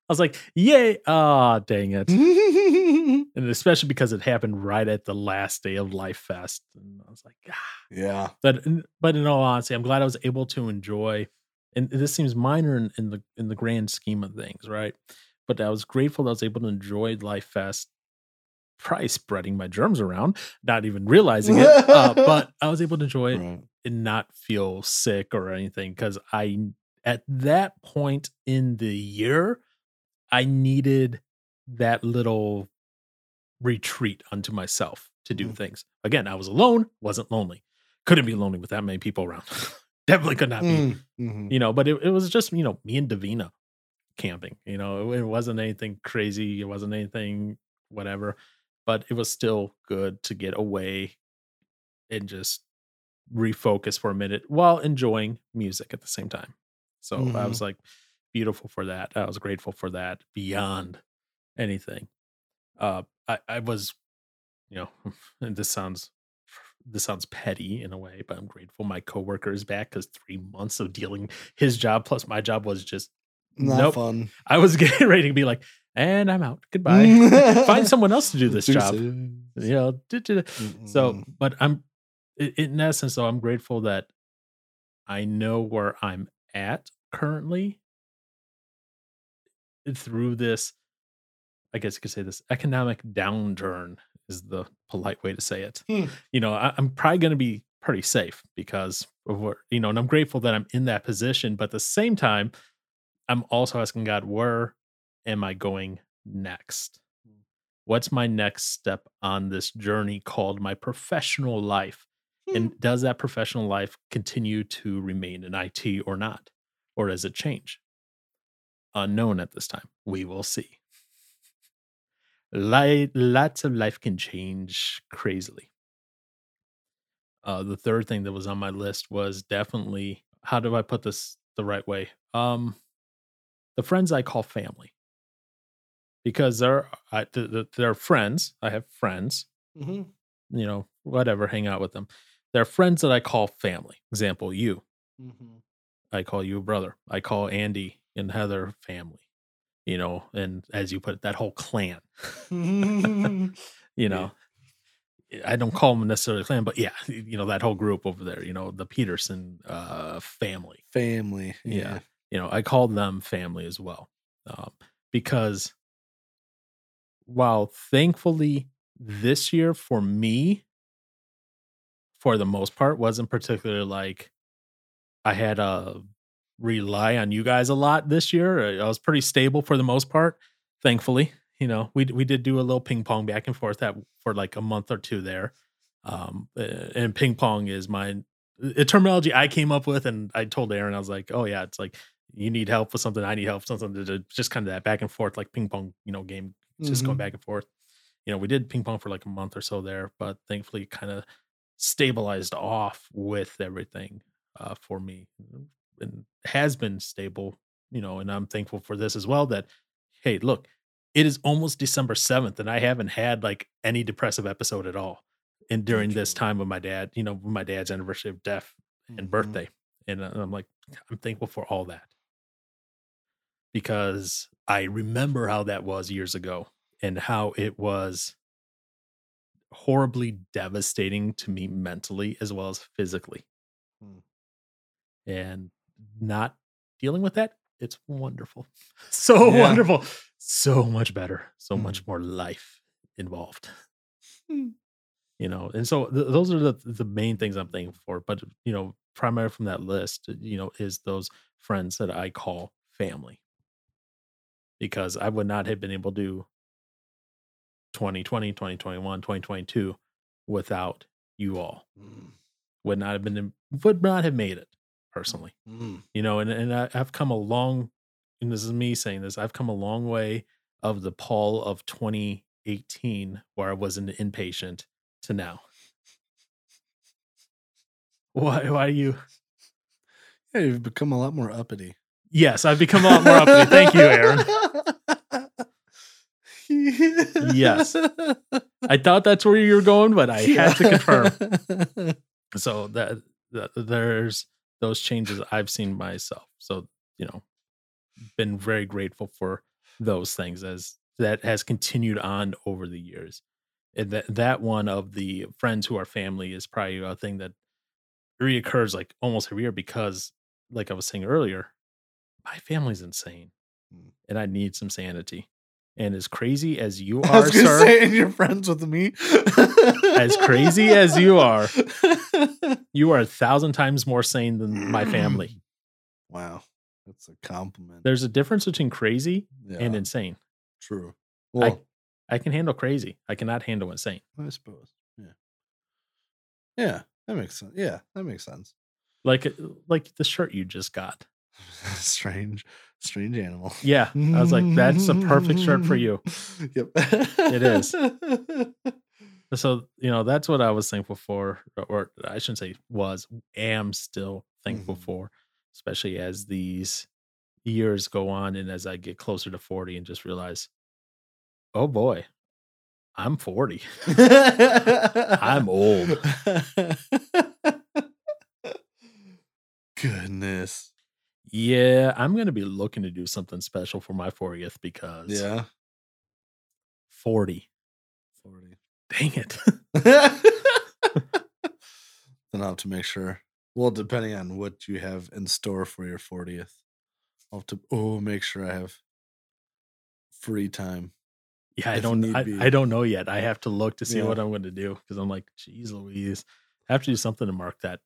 was like, yay! Ah, dang it. Mm-hmm. And especially because it happened right at the last day of Life Fest. And I was like, ah, yeah. but in- but in all honesty, I'm glad I was able to enjoy. And this seems minor in, in the in the grand scheme of things, right? But I was grateful that I was able to enjoy Life Fest probably spreading my germs around, not even realizing it. Uh, but I was able to enjoy it Right. and not feel sick or anything because I, at that point in the year, I needed that little retreat unto myself to do Mhm. things. Again, I was alone, wasn't lonely. Couldn't be lonely with that many people around. Definitely could not be Mm, mhm. you know but it, it was just you know me and davina camping you know it, it wasn't anything crazy it wasn't anything whatever but it was still good to get away and just refocus for a minute while enjoying music at the same time so i Mhm. was like beautiful for that i was grateful for that beyond anything uh i i was you know and this sounds this sounds petty in a way, but I'm grateful my coworker is back because three months of dealing his job plus my job was just Not Nope. fun. I was getting ready to be like, and I'm out. Goodbye. Find someone else to do this job. You know, duh, duh, duh. so Mm-mm. but I'm i- in essence though, I'm grateful that I know where I'm at currently through this. I guess you could say this economic downturn is the polite way to say it Hmm. you know, I, I'm probably going to be pretty safe because of where, you know, and I'm grateful that I'm in that position. But at the same time, I'm also asking God, where am I going next? What's my next step on this journey called my professional life? And does that professional life continue to remain in IT or not? Or does it change? Unknown at this time. We will see. Light, lots of life can change crazily. Uh, the third thing that was on my list was definitely how do I put this the right way? Um, the friends I call family because they're I, th- th- they're friends. I have friends, Mhm. you know, whatever, hang out with them. They're friends that I call family. Example, you. Mhm. I call you a brother. I call Andy and Heather family. You know, and as you put it, that whole clan. Mhm. You know, eh, I don't call them necessarily a clan, but yeah, you know that whole group over there. You know, the Peterson uh, family. Family. Yeah. you know, I call them family as well. Um, because while thankfully this year for me, for the most part, wasn't particularly like I had a rely on you guys a lot this year. I I was pretty stable for the most part, thankfully. You know, we we did do a little ping pong back and forth that for like a month or two there. Um, uh, and ping pong is my a terminology I came up with, and I told Aaron, I was like, "Oh yeah, it's like you need help with something, I need help with something." d- d- Just kind of that back and forth, like ping pong, you know, game, just going Mhm. back and forth. You know, we did ping pong for like a month or so there, but thankfully, kind of stabilized off with everything uh, for me, and has been stable. You know, and I'm thankful for this as well. That hey, look, it is almost December seventh, and I haven't had like any depressive episode at all. And during this Gotcha. time with my dad, you know, with my dad's anniversary of death, and Mhm. birthday. And I- I'm like, I'm thankful for all that because I remember how that was years ago and how it was horribly devastating to me mentally as well as physically. Hmm. And not dealing with that, it's wonderful. So Yeah. Mm-hmm. wonderful. So much better. So much more life involved you know and so th- those are the the main things i'm thankful for but you know primary from that list you know is those friends that i call family because i would not have been able to do 2020 2021 2022 without you all Mm. would not have been would not have made it personally Mm. you know and, and I, i've come a long and this is me saying this i've come a long way of the paul of 2018 where i was an inpatient to now why why do you Yeah, you've become a lot more uppity. yes i've become a lot more uppity thank you aaron Yes. i thought that's where you were going but i had to confirm so that, that there's those changes i've seen myself so you know been very grateful for those things as that has continued on over the years and that that one of the friends who are family is probably a thing that reoccurs like almost every year because like i was saying earlier my family's insane Mm. and i need some sanity And as crazy as you I are, was gonna sir, say, and you're friends with me. As crazy as you are. you are a thousand times more sane than my family. Wow, that's a compliment. There's a difference between crazy yeah, and insane. true. Well, I can handle crazy. I cannot handle insane. I suppose. Yeah. Yeah, that makes sense. Yeah, that makes sense. Like uh, like the shirt you just got. strange, strange animal. Yeah. I was like, that's a perfect shirt for you. Yep. It is. So, you know, that's what I was thankful for, or I shouldn't say was, am still thankful Mhm. for, especially as these years go on and as I get closer to 40 and just realize, oh boy, I'm 40. I'm I'm old. Goodness. Yeah, I'm going to be looking to do something special for my 40th because Yeah. 40. 40. Dang it. then I'll have to make sure. Well, depending on what you have in store for your 40th, I'll have to oh make sure I have free time. Yeah, I If don't need I, be. I don't know yet. I have to look to see Yeah. what I'm going to do because I'm like, geez Louise, I have to do something to mark that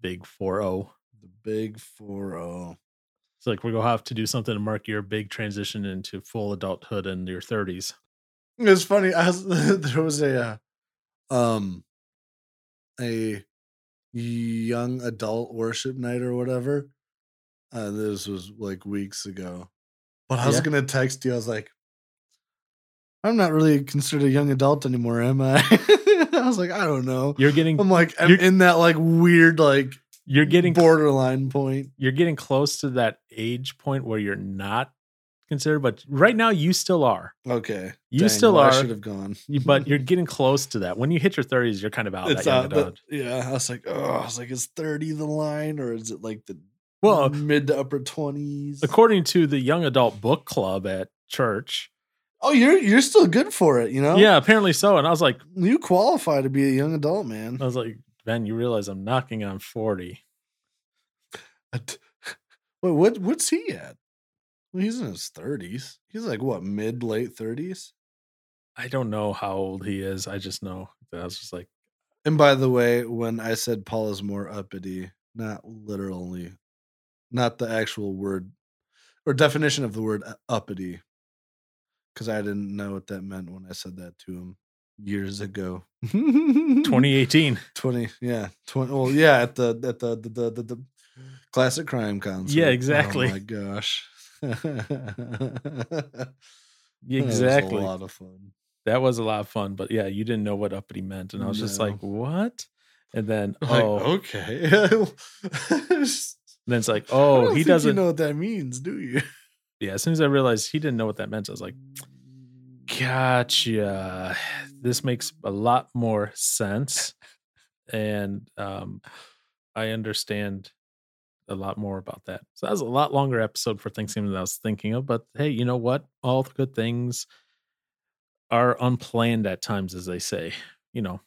big 40. The big oh. 40. It's like we're gonna have to do something to mark your big transition into full adulthood in your 30s. It's funny. I was, there was a uh, um a young adult worship night or whatever. Uh, this was like weeks ago, but I was Yeah. gonna text you. I was like, I'm not really considered a young adult anymore, am I? I was like, I don't know. You're getting I'm like, I'm Mm, you're- in that like weird like you're getting borderline point. you're getting close to that age point where you're not considered, but right now you still are. Okay, You dang, still well, are, I should have gone, you- but you're getting close to that. When you hit your 30s, you're kind of out. it's Oh, that young out. But, adult. yeah, I was like, oh, I was like, is thirty the line or is it like the Well, mid to upper twenties. according to the young adult book club at church, Oh, you're you're still good for it, you know. yeah, apparently so. And I was like, you qualify to be a young adult, man. I was like, Ben, you realize I'm knocking on 40. Uh, Wait, what what's he at? Well, he's in his thirties. He's like what mid late thirties. I don't know how old he is. I just know. I was just like, And by the way, when I said Paul is more uppity, not literally, not the actual word or definition of the word uh, uppity, because I didn't know what that meant when I said that to him years ago. 2018. 20 yeah 20 well yeah at the at the the the, the, the classic crime concert Yeah, exactly. oh my gosh That was exactly. a lot of fun that was a lot of fun but yeah you didn't know what uppity meant and i was just No. like what and then Like, oh okay and then it's like I don't oh think he doesn't you know what that means do you yeah as soon as i realized he didn't know what that meant i was like gotcha this makes a lot more sense and um i understand a lot more about that so that was a lot longer episode for thanksgiving than i was thinking of but hey you know what all the good things are unplanned at times as they say you know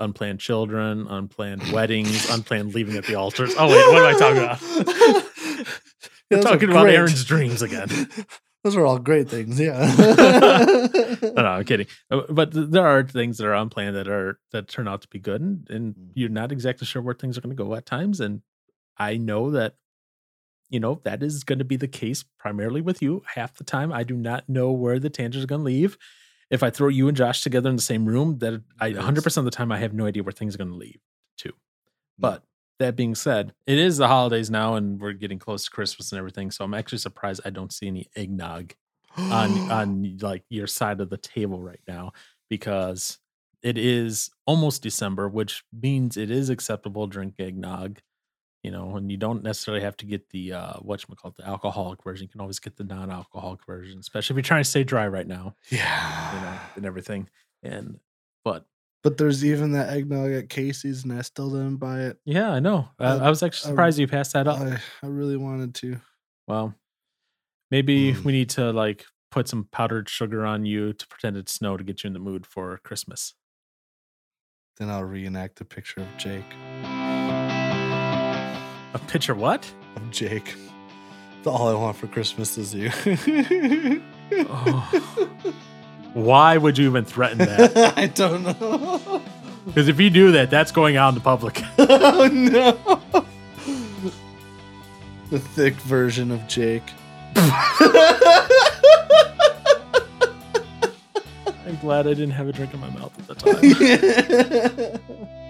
unplanned children unplanned weddings unplanned leaving at the altars oh wait what am i talking about Yeah, we're those are talking about great. aaron's dreams again those are all great things yeah no, no, I'm kidding. Uh, But th- there are things that are unplanned that are that turn out to be good, and, and Mhm. you're not exactly sure where things are going to go at times. And I know that, you know, that is going to be the case primarily with you. Half the time, I do not know where the tangents are going to leave. If I throw you and Josh together in the same room, that I Yes. 100 percent of the time I have no idea where things are going to leave to. But that being said, it is the holidays now, and we're getting close to Christmas and everything. So I'm actually surprised I don't see any eggnog Mm-hmm. on on like your side of the table right now because it is almost December, which means it is acceptable to drink eggnog. You know, and you don't necessarily have to get the uh whatchamacallit, the alcoholic version. You can always get the non-alcoholic version, especially if you're trying to stay dry right now, you know, yeah and everything. And but But there's even that eggnog at Casey's, and I still didn't buy it. yeah, I know. I, Uh, I was actually uh, surprised you passed that up. I, I really wanted to. Well, maybe Mm. we need to like put some powdered sugar on you to pretend it's snow to get you in the mood for Christmas. Then I'll reenact the picture of Jake. A picture what? Of Jake. The all I want for Christmas is you. Oh. Why would you even threaten that? I don't know. Because if you do that, that's going out in the public. oh no. The thick version of Jake. I'm glad I didn't have a drink in my mouth at the time.